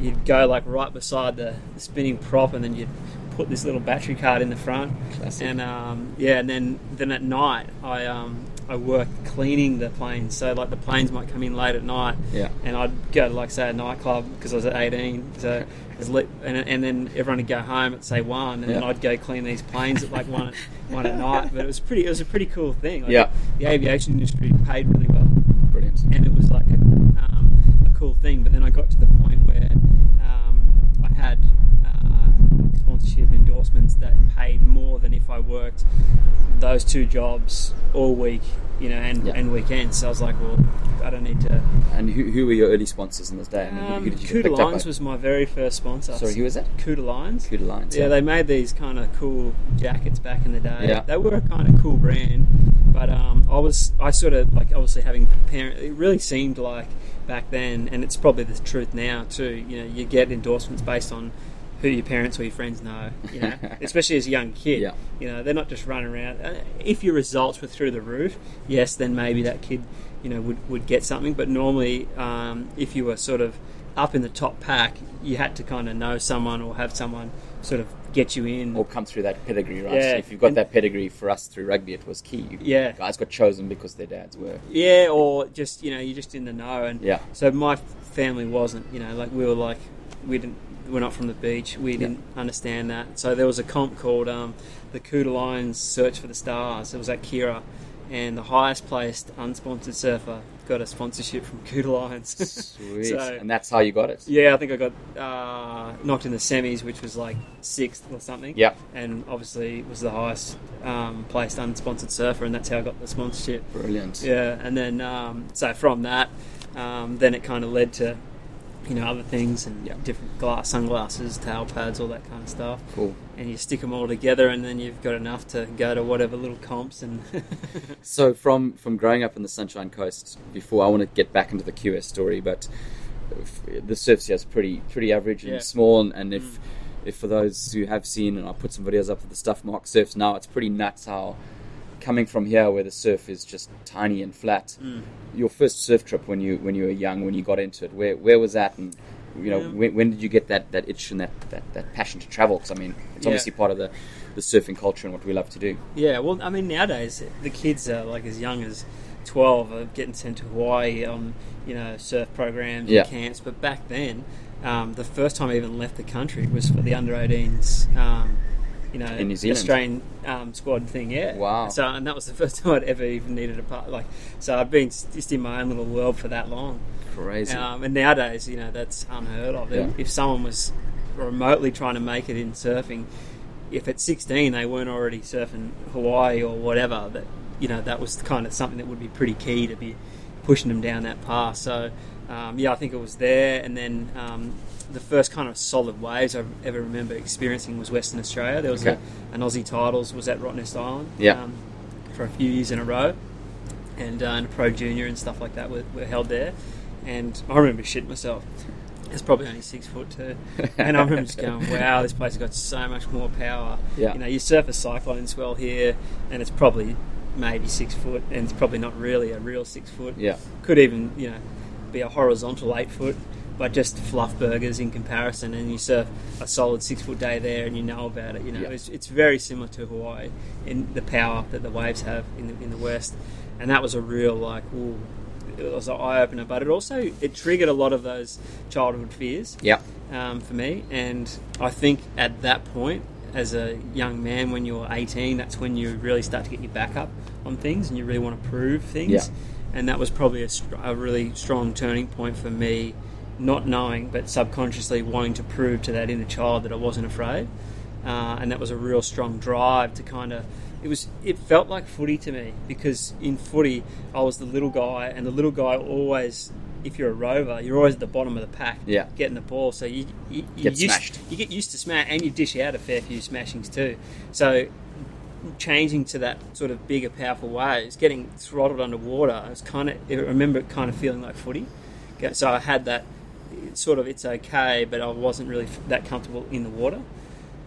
Speaker 2: you'd go like right beside the spinning prop, and then you'd put this little battery cart in the front.
Speaker 3: Classic.
Speaker 2: And um, yeah, and then then at night, I um, I worked cleaning the planes. So like the planes might come in late at night,
Speaker 3: Yeah.
Speaker 2: and I'd go to like say a nightclub because I was at 18. So it was lit, and, and then everyone would go home at say one, and then
Speaker 3: Yeah.
Speaker 2: I'd go clean these planes at like one at, one at night. But it was pretty. It was a pretty cool thing. Like,
Speaker 3: Yeah.
Speaker 2: the aviation industry paid really well,
Speaker 3: Brilliant.
Speaker 2: and it was like a, um, a cool thing. But then I got to the point where um, I had uh, sponsorship endorsements that paid more than if I worked those two jobs all week, you know, and,
Speaker 3: Yeah.
Speaker 2: and weekends. So I was like, well, I don't need to.
Speaker 3: And who, who were your early sponsors in this day? I mean, who-
Speaker 2: Um,
Speaker 3: who did you get
Speaker 2: Cuda
Speaker 3: picked up
Speaker 2: Lines
Speaker 3: by?
Speaker 2: was my very first sponsor.
Speaker 3: Sorry, who was that?
Speaker 2: Cuda Lines.
Speaker 3: Cuda Lines.
Speaker 2: Yeah, they made these kind of cool jackets back in the day.
Speaker 3: Yeah.
Speaker 2: They were a kind of cool brand, but um, I was I sort of like obviously having parent. It really seemed like back then, and it's probably the truth now too. You know, you get endorsements based on who your parents or your friends know. You know, especially as a young kid.
Speaker 3: Yeah.
Speaker 2: You know, they're not just running around. Uh, If your results were through the roof, yes, then maybe that kid, you know, would, would get something. But normally, um, if you were sort of up in the top pack, you had to kind of know someone or have someone sort of get you in.
Speaker 3: all come through that pedigree, right?
Speaker 2: Yeah.
Speaker 3: So if you've got
Speaker 2: And-
Speaker 3: that pedigree for us through rugby, it was key. You-
Speaker 2: Yeah.
Speaker 3: guys got chosen because their dads were.
Speaker 2: yeah, or just you know, you're just in the know. And
Speaker 3: Yeah.
Speaker 2: so my f- family wasn't. You know, like we were like we didn't. We're not from the beach. We didn't understand that. So there was a comp called um, the Kuda Lions Search for the Stars. It was at Kira, and the highest placed unsponsored surfer got a sponsorship from Kuda Lions.
Speaker 3: Sweet,
Speaker 2: So-
Speaker 3: and that's how you got it.
Speaker 2: yeah, I think I got uh, knocked in the semis, which was like sixth or something.
Speaker 3: Yeah.
Speaker 2: and obviously was the highest um, placed unsponsored surfer, and that's how I got the sponsorship.
Speaker 3: Brilliant.
Speaker 2: Yeah, and then um, so from that, um, then it kind of led to you know other things and
Speaker 3: Yeah.
Speaker 2: different glass sunglasses, tail pads, all that kind of stuff.
Speaker 3: Cool.
Speaker 2: And you stick them all together, and then you've got enough to go to whatever little comps and
Speaker 3: So from from growing up in the Sunshine Coast, before I want to get back into the QS story, but f- the surf here is pretty pretty average and
Speaker 2: Yeah. Mm.
Speaker 3: small. And, and if if for those who have seen, and I put some videos up of the stuff Mark surfs now, it's pretty nuts how coming from here where the surf is just tiny and flat.
Speaker 2: Mm.
Speaker 3: Your first surf trip when you when you were young, when you got into it, where where was that? And you know,
Speaker 2: Yeah.
Speaker 3: when, when did you get that, that itch and that, that, that passion to travel? Because I mean, it's
Speaker 2: Yeah.
Speaker 3: obviously part of the, the surfing culture and what we love to do.
Speaker 2: yeah. Well, I mean nowadays the kids are like as young as twelve, are getting sent to Hawaii on you know surf programs
Speaker 3: Yeah.
Speaker 2: and camps, but back then. Um, the first time I even left the country was for the under 18s, um, you know,
Speaker 3: In New Zealand.
Speaker 2: Australian Australian um, squad thing, yeah.
Speaker 3: Wow.
Speaker 2: So, and that was the first time I'd ever even needed a part. Like, so I've been s- just in my own little world for that long.
Speaker 3: Crazy.
Speaker 2: Um, and nowadays, you know, that's unheard of.
Speaker 3: Yeah.
Speaker 2: If someone was remotely trying to make it in surfing, if at 16 they weren't already surfing Hawaii or whatever, that you know that was kind of something that would be pretty key to be pushing them down that path. So um, yeah, I think it was there, and then. Um, the first kind of solid waves I ever remember experiencing was Western Australia. There was
Speaker 3: Okay.
Speaker 2: a, an Aussie Titles was at Rottnest Island.
Speaker 3: Yeah.
Speaker 2: Um, for a few years in a row, and, uh, and pro junior and stuff like that were, were held there. And I remember shitting myself. It's probably only six foot two, and I remember just going, "Wow, this place has got so much more power."
Speaker 3: Yeah.
Speaker 2: You know, you surf a cyclone swell here, and it's probably maybe six foot, and it's probably not really a real six foot.
Speaker 3: Yeah.
Speaker 2: Could even you know be a horizontal eight foot, but just fluff burgers in comparison. And you surf a solid six foot day there, and you know about it. You know,
Speaker 3: Yeah.
Speaker 2: it's, it's very similar to Hawaii in the power that the waves have in the, in the west, and that was a real like, ooh, it was an eye opener. But it also it triggered a lot of those childhood fears
Speaker 3: Yeah.
Speaker 2: um, for me. And I think at that point, as a young man, when you're 18, that's when you really start to get your back up on things and you really want to prove things.
Speaker 3: Yeah.
Speaker 2: And that was probably a, str- a really strong turning point for me, not knowing, but subconsciously wanting to prove to that inner child that I wasn't afraid. Uh, and that was a real strong drive to kind of. It was. It felt like footy to me because in footy, I was the little guy, and the little guy always, if you're a rover, you're always at the bottom of the pack
Speaker 3: Yeah.
Speaker 2: getting the ball. So you, you, you used-
Speaker 3: Get smashed.
Speaker 2: You get used to smash, and you dish out a fair few smashings too. So changing to that sort of bigger, powerful waves, getting throttled underwater, I was kind of. I remember it kind of feeling like footy. Okay, So I had that it's sort of it's okay, but I wasn't really f- that comfortable in the water.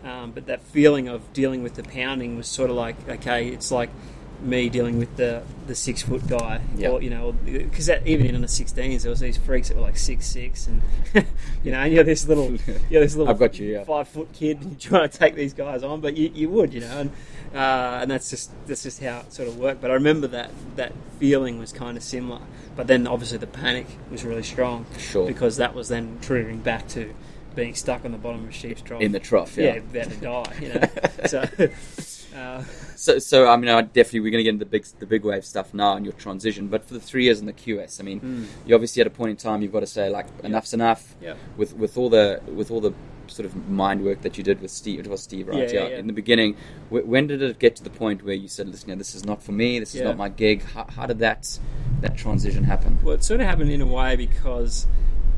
Speaker 2: Um, but that feeling of dealing with the pounding was sort of like okay, it's like me dealing with the the six foot guy,
Speaker 3: Yeah.
Speaker 2: or you know, because that even in the 16s there was these freaks that were like six six, and you know, and you're this little, you're this little,
Speaker 3: I've got you, yeah.
Speaker 2: five foot kid, and trying to take these guys on, but you, you would, you know, and uh, and that's just that's just how it sort of worked. But I remember that that feeling was kind of similar, but then obviously the panic was really strong,
Speaker 3: Sure.
Speaker 2: because that was then triggering back to being stuck on the bottom of a sheep's trough
Speaker 3: In the trough, yeah.
Speaker 2: about to die, you know. so, uh,
Speaker 3: So, so I mean, I definitely we're going to get into the big, the big wave stuff now and your transition. But for the three years in the QS, I mean,
Speaker 2: hmm.
Speaker 3: you obviously at a point in time you've got to say like enough's enough.
Speaker 2: Mm. Yeah.
Speaker 3: With with all the with all the sort of mind work that you did with Steve, it was Steve, right?
Speaker 2: Yeah, yeah, yeah.
Speaker 3: In the beginning, w- when did it get to the point where you said, "Listen, you know, this is not for me. This is
Speaker 2: Yeah.
Speaker 3: not my gig." How, how did that that transition happen?
Speaker 2: well, it sort of happened in a way because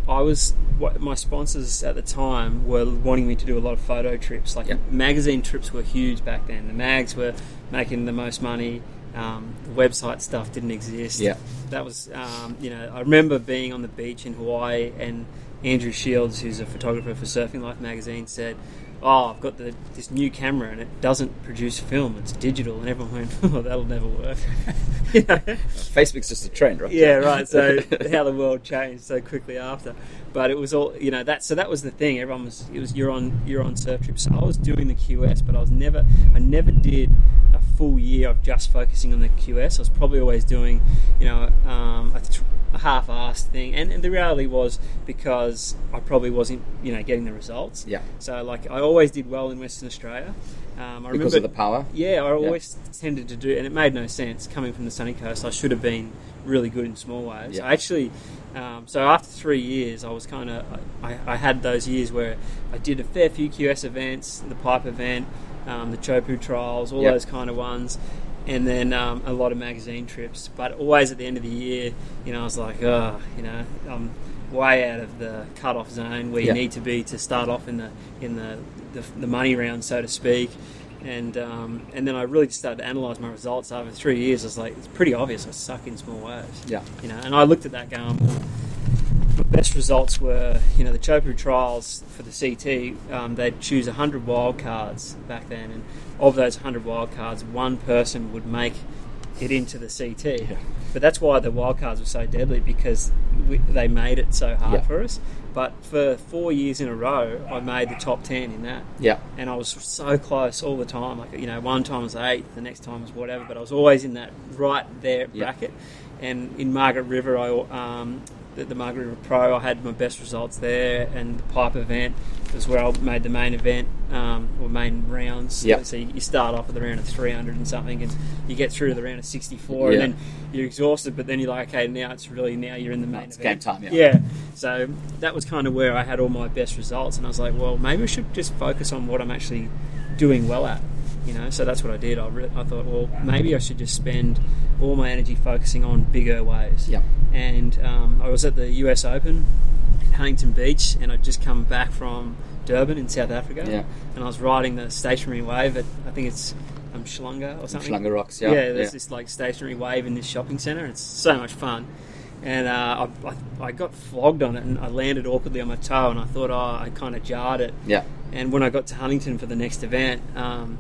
Speaker 2: I was what my sponsors at the time were wanting me to do a lot of photo trips. Like
Speaker 3: Yeah.
Speaker 2: magazine trips were huge back then. The mags were making the most money. Um, the website stuff didn't exist.
Speaker 3: Yeah.
Speaker 2: that was um, you know I remember being on the beach in Hawaii and Andrew Shields, who's a photographer for Surfing Life magazine, said, "Oh, I've got the, this new camera and it doesn't produce film; it's digital." And everyone went, "Oh, that'll never work." You know?
Speaker 3: Facebook's just a trend, right?
Speaker 2: Yeah, right. So how the world changed so quickly after, but it was all you know that. So that was the thing. Everyone was it was you're on you're on surf trips. So I was doing the QS, but I was never I never did a full year of just focusing on the QS. I was probably always doing you know um, a, tr- a half-assed thing, and, and the reality was because I probably wasn't you know getting the results.
Speaker 3: Yeah.
Speaker 2: So like I always did well in Western Australia. Um, I
Speaker 3: Because
Speaker 2: remember,
Speaker 3: of the power?
Speaker 2: Yeah, I always tended to do, and it made no sense coming from the sunny coast. I should have been really good in small waves.
Speaker 3: Yeah.
Speaker 2: I actually, um, so after three years, I was kind of, I, I had those years where I did a fair few QS events, the Pipe event, um, the Chopu trials, all
Speaker 3: Yeah.
Speaker 2: those kind of ones. And then um, a lot of magazine trips, but always at the end of the year, you know, I was like, oh, you know, I'm way out of the cut-off zone where you
Speaker 3: Yeah.
Speaker 2: need to be to start off in the in the, the, the money round, so to speak. And um, and then I really just started to analyse my results over three years. I was like, it's pretty obvious I suck in small waves.
Speaker 3: Yeah.
Speaker 2: You know, and I looked at that going, well, my best results were, you know, the Chopu trials for the CT. Um, they'd choose 100 wild cards back then, and of those 100 wild cards, one person would make it into the CT. But that's why the wild cards were so deadly because we, they made it so hard
Speaker 3: Yeah.
Speaker 2: for us. But for four years in a row, I made the top 10 in that
Speaker 3: Yeah.
Speaker 2: and I was so close all the time. Like you know, one time was eighth, the next time was whatever, but I was always in that right there
Speaker 3: Yeah.
Speaker 2: bracket. And in Margaret River, I um, the, the Margaret River Pro, I had my best results there, and the Pipe event was where I made the main event um, or main rounds.
Speaker 3: Yeah.
Speaker 2: So you you start off with a round of 300 and something, and you get through to the round of 64,
Speaker 3: Yeah.
Speaker 2: and then you're exhausted. But then you're like, okay, now it's really now you're in the main
Speaker 3: It's
Speaker 2: event.
Speaker 3: game time, yeah.
Speaker 2: Yeah. So that was kind of where I had all my best results, and I was like, well, maybe I should just focus on what I'm actually doing well at, you know. So that's what I did. I, re- I thought, well, maybe I should just spend all my energy focusing on bigger waves.
Speaker 3: Yeah.
Speaker 2: And um, I was at the U.S. Open in Huntington Beach, and I'd just come back from Durban in South Africa,
Speaker 3: Yeah.
Speaker 2: and I was riding the stationary wave at I think it's um, Schlunga or something.
Speaker 3: Schlunga Rocks, yeah,
Speaker 2: Yeah, there's
Speaker 3: yeah.
Speaker 2: this like stationary wave in this shopping centre. It's so much fun. And uh, I, I, I got flogged on it and I landed awkwardly on my toe and I thought, oh, I kind of jarred it.
Speaker 3: Yeah.
Speaker 2: And when I got to Huntington for the next event, um,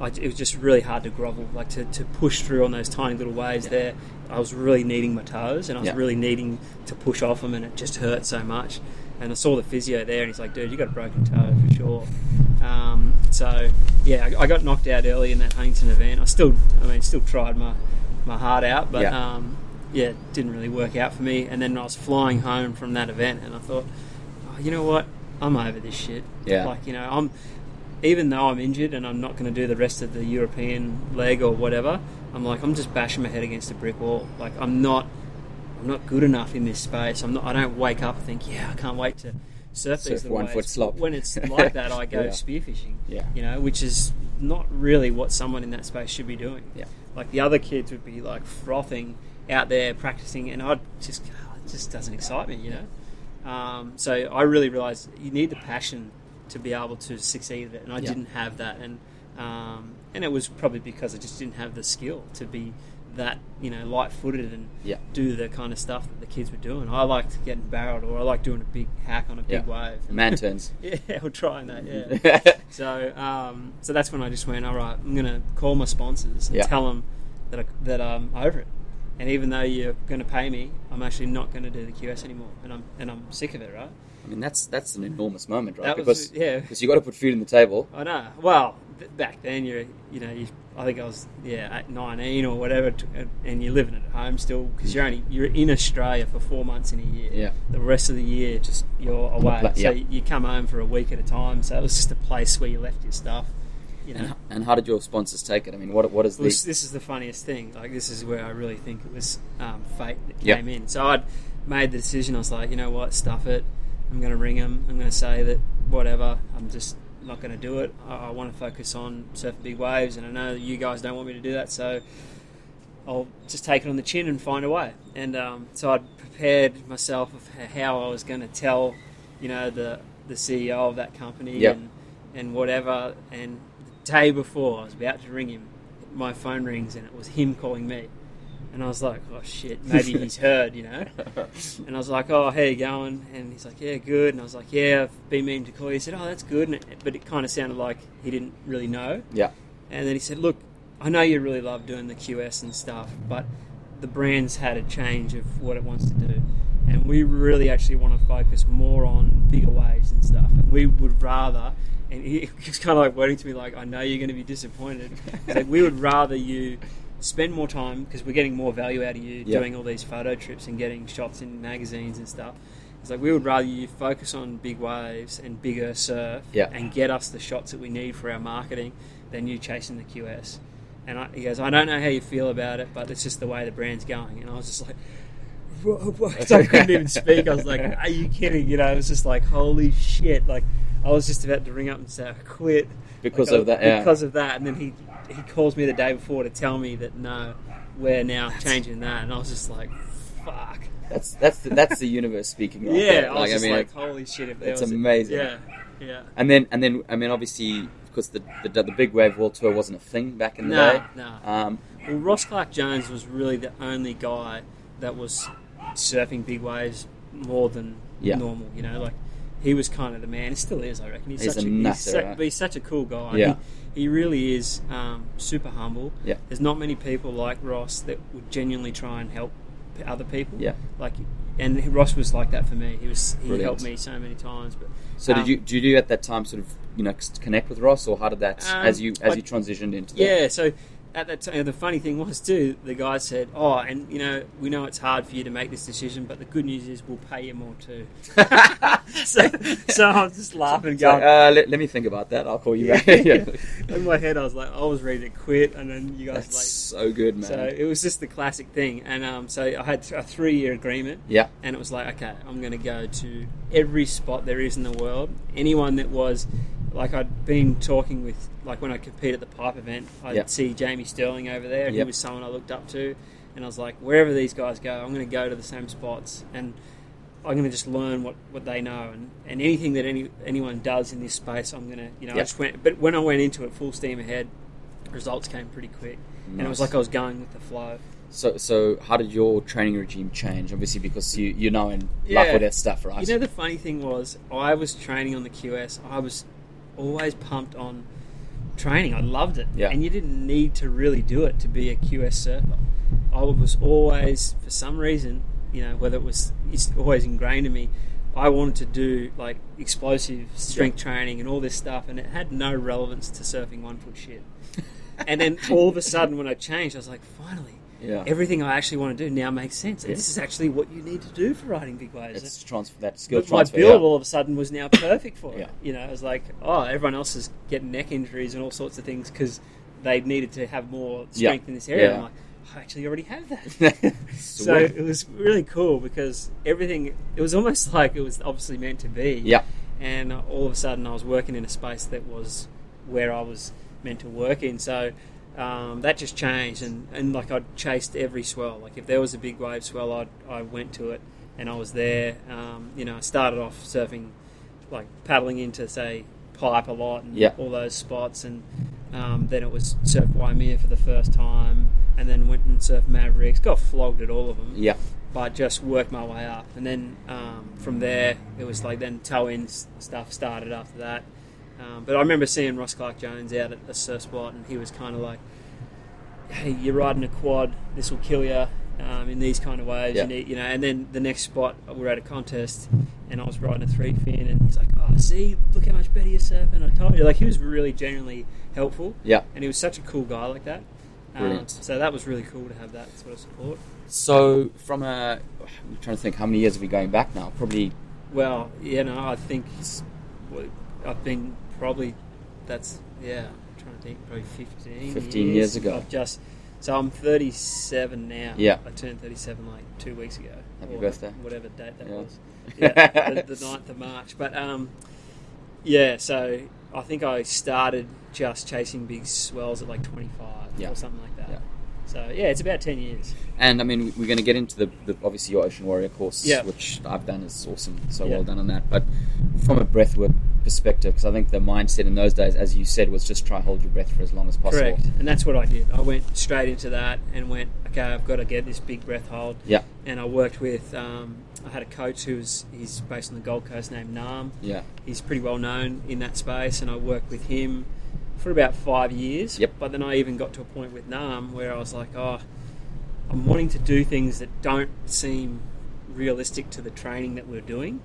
Speaker 2: I, it was just really hard to grovel, like to, to push through on those tiny little waves there. I was really needing my toes and I was
Speaker 3: Yeah.
Speaker 2: really needing to push off them, and it just hurt so much. And I saw the physio there, and he's like, dude, you got a broken toe for sure. Um, so, yeah, I, I got knocked out early in that Huntington event. I still, I mean, still tried my, my heart out, but
Speaker 3: Yeah.
Speaker 2: um, yeah, it didn't really work out for me. And then I was flying home from that event, and I thought, oh, you know what? I'm over this shit.
Speaker 3: Yeah.
Speaker 2: Like, you know, I'm even though I'm injured and I'm not going to do the rest of the European leg or whatever, I'm like I'm just bashing my head against a brick wall. Like I'm not I'm not good enough in this space. I'm not I don't wake up and think, yeah, I can't wait to surf,
Speaker 3: Surf
Speaker 2: these little
Speaker 3: one
Speaker 2: waves.
Speaker 3: foot slop.
Speaker 2: When it's like that, I go
Speaker 3: Yeah.
Speaker 2: spearfishing.
Speaker 3: Yeah.
Speaker 2: You know, which is not really what someone in that space should be doing.
Speaker 3: Yeah.
Speaker 2: Like the other kids would be like frothing out there practicing, and I'd just it just doesn't excite me, you know. Um, so I really realised you need the passion to be able to succeed at it, and I
Speaker 3: Yeah.
Speaker 2: didn't have that, and um, and it was probably because I just didn't have the skill to be that you know light footed and
Speaker 3: Yeah.
Speaker 2: do the kind of stuff that the kids were doing. I liked getting barreled, or I liked doing a big hack on a big
Speaker 3: Yeah.
Speaker 2: wave.
Speaker 3: Man turns.
Speaker 2: Yeah, we're trying that. Yeah. So, um, so that's when I just went, all right, I'm going to call my sponsors and
Speaker 3: Yeah.
Speaker 2: tell them that, I, that I'm over it. And even though you're going to pay me, I'm actually not going to do the QS anymore, and I'm and I'm sick of it, right?
Speaker 3: I mean, that's that's an enormous moment, right?
Speaker 2: That was-
Speaker 3: because
Speaker 2: yeah.
Speaker 3: because you got to put food on the table.
Speaker 2: I know. Well, th- back then you're, you know, you, I think I was yeah at 19 or whatever, t- and you're living at home still because you're only you're in Australia for four months in a year.
Speaker 3: Yeah.
Speaker 2: The rest of the year, just you're away.
Speaker 3: Like,
Speaker 2: So
Speaker 3: yeah.
Speaker 2: you come home for a week at a time. So it was just a place where you left your stuff. You know.
Speaker 3: And, and how did your sponsors take it? I mean, what what is
Speaker 2: Well, this,
Speaker 3: the
Speaker 2: this is the funniest thing. Like this is where I really think it was um, fate that
Speaker 3: Yeah.
Speaker 2: came in. So I'd made the decision. I was like, you know what, stuff it. I'm going to ring him. I'm going to say that whatever. I'm just not going to do it. I, I want to focus on surfing big waves, and I know that you guys don't want me to do that. So I'll just take it on the chin and find a way. And um, so I'd prepared myself of h- how I was going to tell, you know, the the CEO of that company
Speaker 3: Yep.
Speaker 2: and and whatever. And the day before, I was about to ring him. My phone rings and it was him calling me, and I was like, "Oh shit, maybe he's heard," you know. And I was like, "Oh, how you going?" And he's like, "Yeah, good." And I was like, "Yeah, I've been meaning to call you." He said, "Oh, that's good," and it, but it kind of sounded like he didn't really know.
Speaker 3: yeah
Speaker 2: And then he said, Look, I know you really love doing the QS and stuff, but the brand's had a change of what it wants to do. And we really actually want to focus more on bigger waves and stuff. And we would rather, and he, he's kind of like wording to me, like, I know you're going to be disappointed. He's like, we would rather you spend more time because we're getting more value out of you
Speaker 3: Yeah.
Speaker 2: doing all these photo trips and getting shots in magazines and stuff. It's like we would rather you focus on big waves and bigger surf
Speaker 3: Yeah.
Speaker 2: and get us the shots that we need for our marketing than you chasing the QS. And I, he goes, I don't know how you feel about it, but it's just the way the brand's going. And I was just like, whoa, whoa. 'Cause I couldn't even speak. I was like, are you kidding? You know, I was just like, holy shit. Like, I was just about to ring up and say, I quit.
Speaker 3: Because
Speaker 2: Like,
Speaker 3: of
Speaker 2: I-
Speaker 3: that, yeah.
Speaker 2: Because of that. And then he, he calls me the day before to tell me that, no, we're now changing that. And I was just like, fuck.
Speaker 3: that's that's the, that's the universe speaking. Right
Speaker 2: Yeah,
Speaker 3: there.
Speaker 2: I was just like, holy shit! If there
Speaker 3: it's
Speaker 2: was a-
Speaker 3: amazing.
Speaker 2: yeah, yeah.
Speaker 3: and then and then I mean, obviously, because the the, the big wave world tour wasn't a thing back in the
Speaker 2: No,
Speaker 3: day.
Speaker 2: no.
Speaker 3: Um,
Speaker 2: Well, Ross Clark Jones was really the only guy that was surfing big waves more than
Speaker 3: Yeah.
Speaker 2: normal. You know, like he was kind of the man. He still is, I reckon. He's,
Speaker 3: He's
Speaker 2: such
Speaker 3: a
Speaker 2: he's
Speaker 3: nutter,
Speaker 2: su-
Speaker 3: right?
Speaker 2: but he's such a cool guy.
Speaker 3: Yeah.
Speaker 2: He, he really is um, super humble.
Speaker 3: Yeah.
Speaker 2: There's not many people like Ross that would genuinely try and help p- other people.
Speaker 3: Yeah.
Speaker 2: Like, and Ross was like that for me. He was he
Speaker 3: Brilliant.
Speaker 2: helped me so many times. But
Speaker 3: so
Speaker 2: um,
Speaker 3: did you did you at that time sort of you know c- connect with Ross, or how did that
Speaker 2: Um,
Speaker 3: as you as
Speaker 2: I-
Speaker 3: you transitioned into the,
Speaker 2: Yeah, so at that time, the funny thing was too, the guy said, "Oh, and you know, we know it's hard for you to make this decision, but the good news is we'll pay you more too." so, so I'm just laughing,
Speaker 3: It's like,
Speaker 2: going.
Speaker 3: uh, let, let me think about that. I'll call you back. Yeah.
Speaker 2: In my head, I was like, I was ready to quit, and then you guys
Speaker 3: That's so good, man.
Speaker 2: like. So it was just the classic thing, and um, so I had a three-year agreement.
Speaker 3: yeah,
Speaker 2: And it was like, okay, I'm going to go to every spot there is in the world. Anyone that was, like, I'd been talking with, like, when I compete at the pipe event, I'd
Speaker 3: Yep.
Speaker 2: see Jamie Sterling over there, and he
Speaker 3: Yep.
Speaker 2: was someone I looked up to. And I was like, wherever these guys go, I'm going to go to the same spots. And I'm going to just learn what, what they know and, and anything that any anyone does in this space, I'm going to, you know,
Speaker 3: Yeah.
Speaker 2: I just went, but when I went into it full steam ahead, results came pretty quick, and it
Speaker 3: Nice.
Speaker 2: was like I was going with the flow.
Speaker 3: So, so how did your training regime change? Obviously, because you you're now in love
Speaker 2: Yeah.
Speaker 3: with that stuff, right?
Speaker 2: You know, the funny thing was, I was training on the QS. I was always pumped on training. I loved it.
Speaker 3: Yeah.
Speaker 2: And you didn't need to really do it to be a QS surfer. I was always, for some reason, you know, whether it was, it's always ingrained in me, I wanted to do like explosive strength training and all this stuff, and it had no relevance to surfing one foot shit. and then all of a sudden, when I changed, I was like, finally.
Speaker 3: Yeah.
Speaker 2: Everything I actually want to do now makes sense. And
Speaker 3: Yeah.
Speaker 2: this is actually what you need to do for riding big waves.
Speaker 3: it's transfer that skill
Speaker 2: But my
Speaker 3: transfer.
Speaker 2: build
Speaker 3: yeah.
Speaker 2: all of a sudden was now perfect for it.
Speaker 3: Yeah.
Speaker 2: You know, it was like, oh, everyone else is getting neck injuries and all sorts of things because they needed to have more
Speaker 3: Yeah.
Speaker 2: strength in this area.
Speaker 3: Yeah.
Speaker 2: I'm like, "Oh, I actually already have that. so
Speaker 3: Sweet.
Speaker 2: it was really cool because everything, it was almost like it was obviously meant to be.
Speaker 3: yeah,
Speaker 2: And all of a sudden I was working in a space that was where I was meant to work in. So um, that just changed. And, and like I chased every swell. Like if there was a big wave swell, I'd, I went to it and I was there. Um, you know, I started off surfing, like paddling into, say, Pipe a lot and
Speaker 3: Yeah.
Speaker 2: all those spots. And um, then it was surf Waimea for the first time. And then went and surfed Mavericks. Got flogged at all of them
Speaker 3: yeah,
Speaker 2: but just worked my way up. And then um, from there, it was like then toe in stuff started after that. Um, but I remember seeing Ross Clark Jones out at a surf spot, and he was kind of like, "Hey, you're riding a quad. This will kill you um, in these kind of waves."
Speaker 3: Yeah.
Speaker 2: You, need, you know. And then the next spot, we were at a contest, and I was riding a three fin, and he's like, "Oh, see, look how much better you're surfing." I told you, like he was really genuinely helpful,
Speaker 3: yeah.
Speaker 2: and he was such a cool guy like that. Um,
Speaker 3: Brilliant.
Speaker 2: so that was really cool to have that sort of support.
Speaker 3: So from a, I'm trying to think how many years are we going back now? Probably
Speaker 2: Well, you know, I think it's- well, I've been probably that's yeah. I'm trying to think, probably fifteen.
Speaker 3: 15 years ago.
Speaker 2: I've just so I'm 37 now.
Speaker 3: Yeah.
Speaker 2: I turned 37 like two weeks ago.
Speaker 3: Happy
Speaker 2: or
Speaker 3: birthday.
Speaker 2: Whatever date that
Speaker 3: Yeah.
Speaker 2: was. Yeah, the, the 9th of March. But um, yeah. So I think I started just chasing big swells at like 25
Speaker 3: Yeah.
Speaker 2: or something like that.
Speaker 3: Yeah.
Speaker 2: So yeah, it's about 10 years.
Speaker 3: And I mean, we're going to get into the, the obviously your Ocean Warrior course,
Speaker 2: Yeah.
Speaker 3: which I've done is awesome. So
Speaker 2: Yeah.
Speaker 3: well done on that. But from a breathwork perspective, because I think the mindset in those days, as you said, was just try hold your breath for as long as possible.
Speaker 2: Correct. And that's what I did. I went straight into that and went, okay, I've got to get this big breath hold.
Speaker 3: Yeah,
Speaker 2: And I worked with, um, I had a coach who's he's based on the Gold Coast named Nam.
Speaker 3: yeah,
Speaker 2: He's pretty well known in that space, and I worked with him for about five years.
Speaker 3: Yep.
Speaker 2: But then I even got to a point with Nam where I was like, oh, I'm wanting to do things that don't seem realistic to the training that we're doing.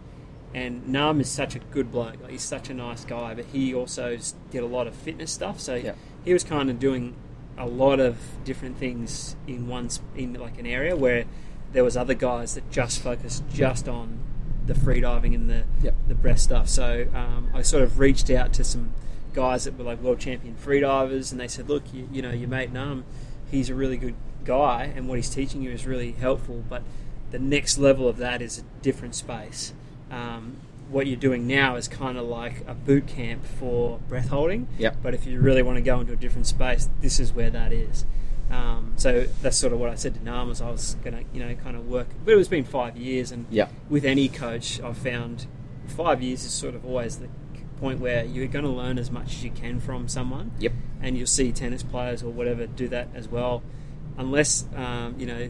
Speaker 2: And Nam is such a good bloke. Like, he's such a nice guy, but he also s- did a lot of fitness stuff. So
Speaker 3: Yeah.
Speaker 2: he was kind of doing a lot of different things in one s- in like an area where there was other guys that just focused just on the free diving and the
Speaker 3: Yep.
Speaker 2: the breath stuff. So um, I sort of reached out to some guys that were like world champion freedivers, and they said, "Look, you, you know, your mate Nam, he's a really good guy, and what he's teaching you is really helpful. But the next level of that is a different space. Um, what you're doing now is kind of like a boot camp for breath holding.
Speaker 3: Yep.
Speaker 2: But if you really want to go into a different space, this is where that is." Um, so that's sort of what I said to Nam was I was gonna you know kind of work, but it was been five years and
Speaker 3: yeah,
Speaker 2: with any coach, I've found five years is sort of always the point where you're going to learn as much as you can from someone.
Speaker 3: Yep.
Speaker 2: And you'll see tennis players or whatever do that as well, unless um, you know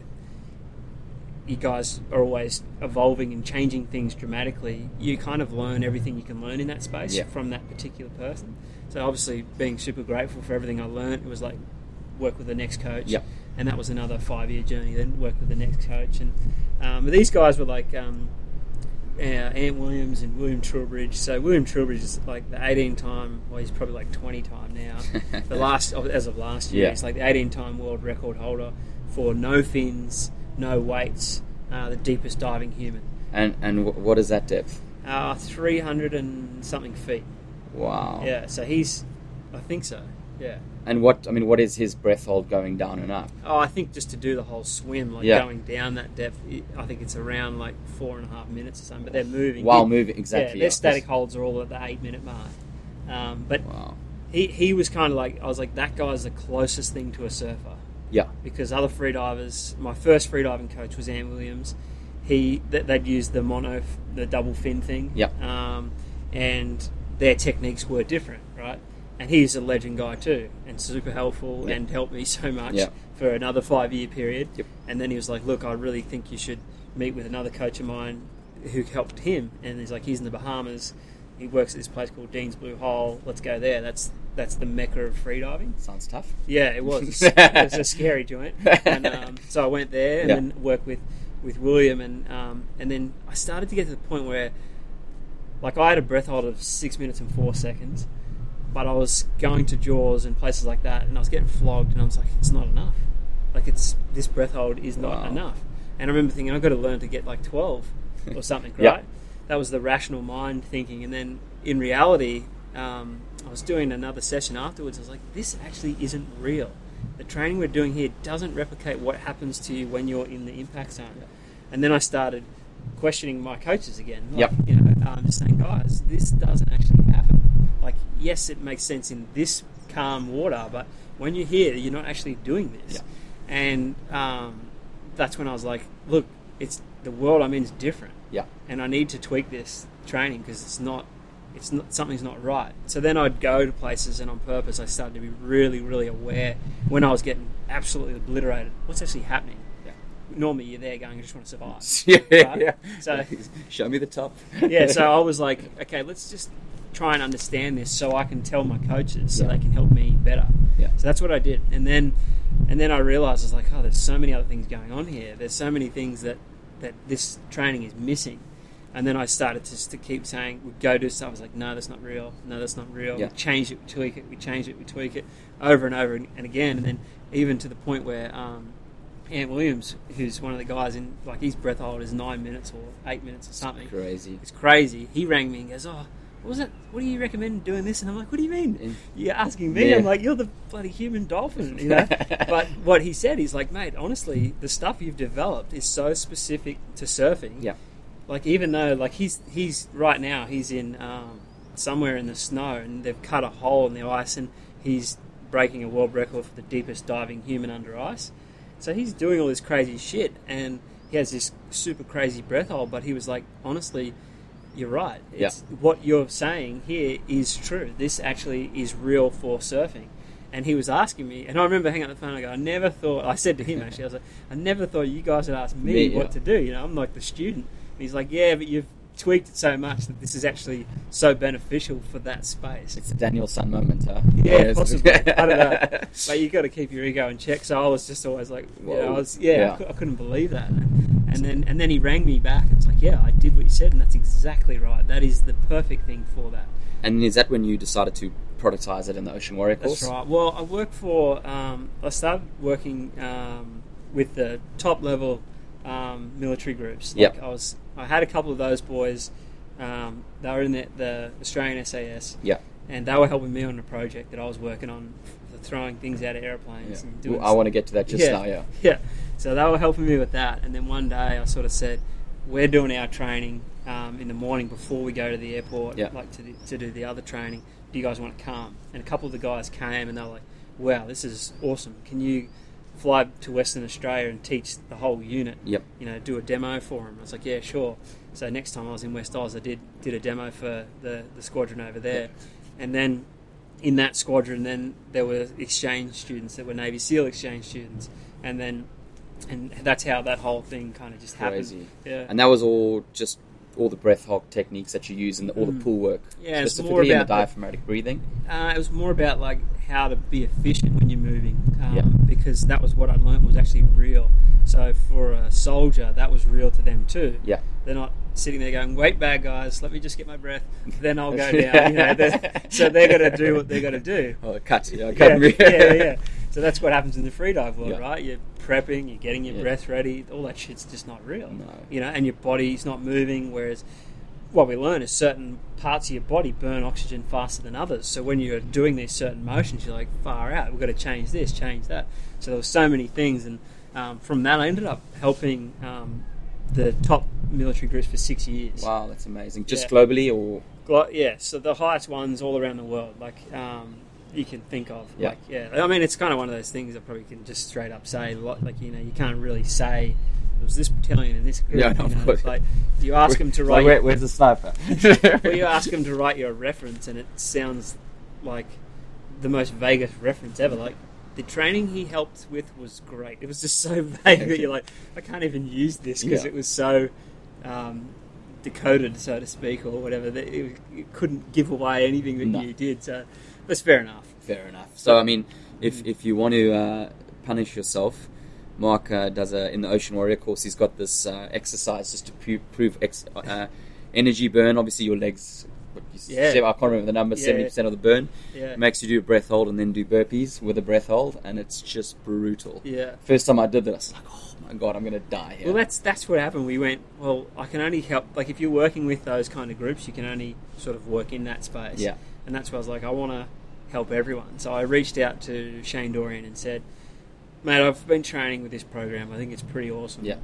Speaker 2: you guys are always evolving and changing things dramatically. You kind of learn everything you can learn in that space
Speaker 3: Yeah.
Speaker 2: from that particular person. So obviously, being super grateful for everything I learned, it was like work with the next coach
Speaker 3: Yeah.
Speaker 2: and that was another five year journey. Then worked with the next coach, and um, but these guys were like um, uh, Ant Williams and William Trowbridge. So William Trowbridge is like the eighteen time, well, he's probably like twenty time now. the last of- as of last year,
Speaker 3: Yeah.
Speaker 2: he's like the eighteen time world record holder for no fins, no weights, uh, the deepest diving human,
Speaker 3: and and w- what is that depth?
Speaker 2: uh, three hundred and something feet.
Speaker 3: Wow.
Speaker 2: Yeah, so he's, I think so. Yeah.
Speaker 3: And what I mean, what is his breath hold going down and up?
Speaker 2: Oh, I think just to do the whole swim, like
Speaker 3: Yeah.
Speaker 2: going down that depth, it- I think it's around like four and a half minutes or something. But they're moving
Speaker 3: While
Speaker 2: It-
Speaker 3: moving, exactly.
Speaker 2: Yeah, their static holds are all at the eight minute mark. Um, but
Speaker 3: Wow.
Speaker 2: he, he was kind of like I was like that guy's the closest thing to a surfer
Speaker 3: Yeah.
Speaker 2: because other freedivers. My first freediving coach was Ann Williams. He th- they'd used the mono, the double fin thing.
Speaker 3: Yeah.
Speaker 2: Um, and their techniques were different, right? and he's a legend guy too, and super helpful, and helped me so much
Speaker 3: Yeah.
Speaker 2: for another five year period.
Speaker 3: Yep.
Speaker 2: And then he was like, "Look, I really think you should meet with another coach of mine who helped him." And he's like, "He's in the Bahamas. He works at this place called Dean's Blue Hole. Let's go there. That's that's the mecca of freediving."
Speaker 3: Sounds tough.
Speaker 2: Yeah, it was. it was a scary joint. And, um, so I went there and
Speaker 3: Yeah.
Speaker 2: then worked with, with William, and um, and then I started to get to the point where, like, I had a breath hold of six minutes and four seconds, but I was going to Jaws and places like that, and I was getting flogged, and I was like, it's not enough. Like, it's this breath hold is not
Speaker 3: Wow.
Speaker 2: enough. And I remember thinking, I've got to learn to get like twelve or something,
Speaker 3: Yeah.
Speaker 2: right? That was the rational mind thinking, and then in reality, um, I was doing another session afterwards. I was like, "This actually isn't real. The training we're doing here doesn't replicate what happens to you when you're in the impact zone." And then I started questioning my coaches again. Like,
Speaker 3: Yep.
Speaker 2: You know, I'm just saying, guys, this doesn't actually happen. Like, yes, it makes sense in this calm water, but when you're here, you're not actually doing this.
Speaker 3: Yeah.
Speaker 2: And um, that's when I was like, look, it's the world I'm in is different
Speaker 3: Yeah.
Speaker 2: and I need to tweak this training because it's not, it's not something's not right. So then I'd go to places, and on purpose, I started to be really, really aware when I was getting absolutely obliterated. What's actually happening?
Speaker 3: Yeah.
Speaker 2: Normally, you're there going, I just want to survive.
Speaker 3: yeah,
Speaker 2: Right?
Speaker 3: yeah.
Speaker 2: So-
Speaker 3: show me the top.
Speaker 2: yeah. So I was like, okay, let's just try and understand this, so I can tell my coaches, so
Speaker 3: Yeah.
Speaker 2: they can help me better.
Speaker 3: Yeah.
Speaker 2: So that's what I did, and then, and then I realized I was like, oh, there's so many other things going on here. There's so many things that that this training is missing. And then I started to, just to keep saying, we go do stuff. I was like, no, that's not real. No, that's not real.
Speaker 3: Yeah.
Speaker 2: We change it, we tweak it, we change it, we tweak it over and over and, and again. And then even to the point where um, Ant Williams, who's one of the guys in, like, his breath hold is nine minutes or eight minutes or something.
Speaker 3: Crazy.
Speaker 2: It's crazy. He rang me and goes, "Oh, what was it? What do you recommend doing this?" And I'm like, "What do you mean? You're asking me?"
Speaker 3: Yeah.
Speaker 2: I'm like, "You're the bloody human dolphin." You know? but what he said, he's like, "Mate, honestly, the stuff you've developed is so specific to surfing.
Speaker 3: Yeah.
Speaker 2: Like, even though like he's he's right now he's in um, somewhere in the snow and they've cut a hole in the ice and he's breaking a world record for the deepest diving human under ice. So he's doing all this crazy shit and he has this super crazy breath hold, but he was like, honestly, you're right.
Speaker 3: Yeah.
Speaker 2: It's, What you're saying here is true. This actually is real for surfing. And he was asking me, and I remember hanging up the phone. I go, I never thought. I said to him actually, I was like, I never thought you guys would ask me,
Speaker 3: Me,
Speaker 2: what
Speaker 3: yeah.
Speaker 2: to do. You know, I'm like the student. And he's like, yeah, but you've tweaked it so much that this is actually so beneficial for that space.
Speaker 3: It's a Daniel Sun moment, uh, huh?
Speaker 2: Yeah,
Speaker 3: it's-
Speaker 2: possibly. I don't know. But you got to keep your ego in check. So I was just always like, you know, I
Speaker 3: Whoa.
Speaker 2: was, yeah,
Speaker 3: Yeah.
Speaker 2: I, cou- I couldn't believe that. And then, and then he rang me back. and was like, yeah, I did what you said, and that's exactly right. That is the perfect thing for that.
Speaker 3: and is that when you decided to productize it in the Ocean Warrior course?
Speaker 2: That's right. Well, I work for. Um, I started working um, with the top level um, military groups. Like
Speaker 3: Yep.
Speaker 2: I was. I had a couple of those boys. Um, they were in the, the Australian SAS,
Speaker 3: Yeah.
Speaker 2: and they were helping me on a project that I was working on, for throwing things out of airplanes
Speaker 3: yeah.
Speaker 2: and doing.
Speaker 3: Well, I want to get to that just
Speaker 2: yeah,
Speaker 3: now, yeah.
Speaker 2: Yeah. So they were helping me with that. And then one day I sort of said, we're doing our training um, in the morning before we go to the airport,
Speaker 3: Yeah.
Speaker 2: like to, the, to do the other training. Do you guys want to come? And a couple of the guys came and they were like, wow, this is awesome. Can you fly to Western Australia and teach the whole unit?
Speaker 3: Yep.
Speaker 2: you know, do a demo for them. I was like, yeah, sure. So next time I was in West Oz, I did did a demo for the, the squadron over there, and then in that squadron, then there were exchange students that were Navy SEAL exchange students, and then and that's how that whole thing kind of just
Speaker 3: Crazy.
Speaker 2: happened. Yeah,
Speaker 3: And that was all just all the breath hold techniques that you use and the, all the pool work,
Speaker 2: Mm. Yeah, it's more
Speaker 3: specifically in the
Speaker 2: about the-
Speaker 3: diaphragmatic breathing.
Speaker 2: Uh, it was more about like how to be efficient when you're moving, um,
Speaker 3: Yeah.
Speaker 2: because that was what I learned was actually real. So for a soldier, that was real to them too.
Speaker 3: Yeah.
Speaker 2: they're not sitting there going, "Wait, bad guys, let me just get my breath, then I'll go down." You know, they're- so they're going to do what they're going to do.
Speaker 3: Oh, cut. Yeah,
Speaker 2: Yeah,
Speaker 3: cut me.
Speaker 2: yeah, yeah. So that's what happens in the freedive world,
Speaker 3: Yeah.
Speaker 2: right? You're prepping, you're getting your
Speaker 3: Yeah.
Speaker 2: breath ready. All that shit's just not real,
Speaker 3: No.
Speaker 2: you know. And your body's not moving. Whereas what we learn is certain parts of your body burn oxygen faster than others. So when you're doing these certain motions, you're like, far out. We've got to change this, change that. So there were so many things, and um, from that, I ended up helping um, the top military groups for six years.
Speaker 3: Wow, that's amazing. Just
Speaker 2: Yeah.
Speaker 3: globally or
Speaker 2: Glo- yeah, so the highest ones all around the world, like um, you can think of.
Speaker 3: Yeah.
Speaker 2: Like, yeah, I mean, it's kind of one of those things I probably can just straight up say. Like, like, you know, you can't really say it was this battalion and this group.
Speaker 3: Yeah,
Speaker 2: you
Speaker 3: of
Speaker 2: know,
Speaker 3: course.
Speaker 2: Like, you ask them to
Speaker 3: It's
Speaker 2: write.
Speaker 3: like, where, where's the sniper?
Speaker 2: well, you ask them to write you a reference, and it sounds like the most vaguest reference ever. Like the training he helped with was great. It was just so vague that you're like, I can't even use this because
Speaker 3: Yeah.
Speaker 2: it was so um, decoded, so to speak, or whatever. That it, it couldn't give away anything that
Speaker 3: No.
Speaker 2: you did. So that's fair enough.
Speaker 3: Fair enough. So I mean, if if you want to uh, punish yourself, Mark uh, does a in the Ocean Warrior course. He's got this uh, exercise just to pu- prove ex- uh, energy burn. Obviously, your legs. what you s-
Speaker 2: Yeah.
Speaker 3: I can't remember the number.
Speaker 2: Yeah.
Speaker 3: Seventy percent of the burn
Speaker 2: Yeah.
Speaker 3: makes you do a breath hold and then do burpees with a breath hold, and it's just brutal.
Speaker 2: Yeah.
Speaker 3: First time I did that, I was like, oh my god, I'm gonna die here.
Speaker 2: Well, that's that's what happened. We went. Well, I can only help. Like, if you're working with those kind of groups, you can only sort of work in that space.
Speaker 3: Yeah.
Speaker 2: And that's where I was like, I want to help everyone. So I reached out to Shane Dorian and said, "Mate, I've been training with this program. I think it's pretty awesome.
Speaker 3: yeah.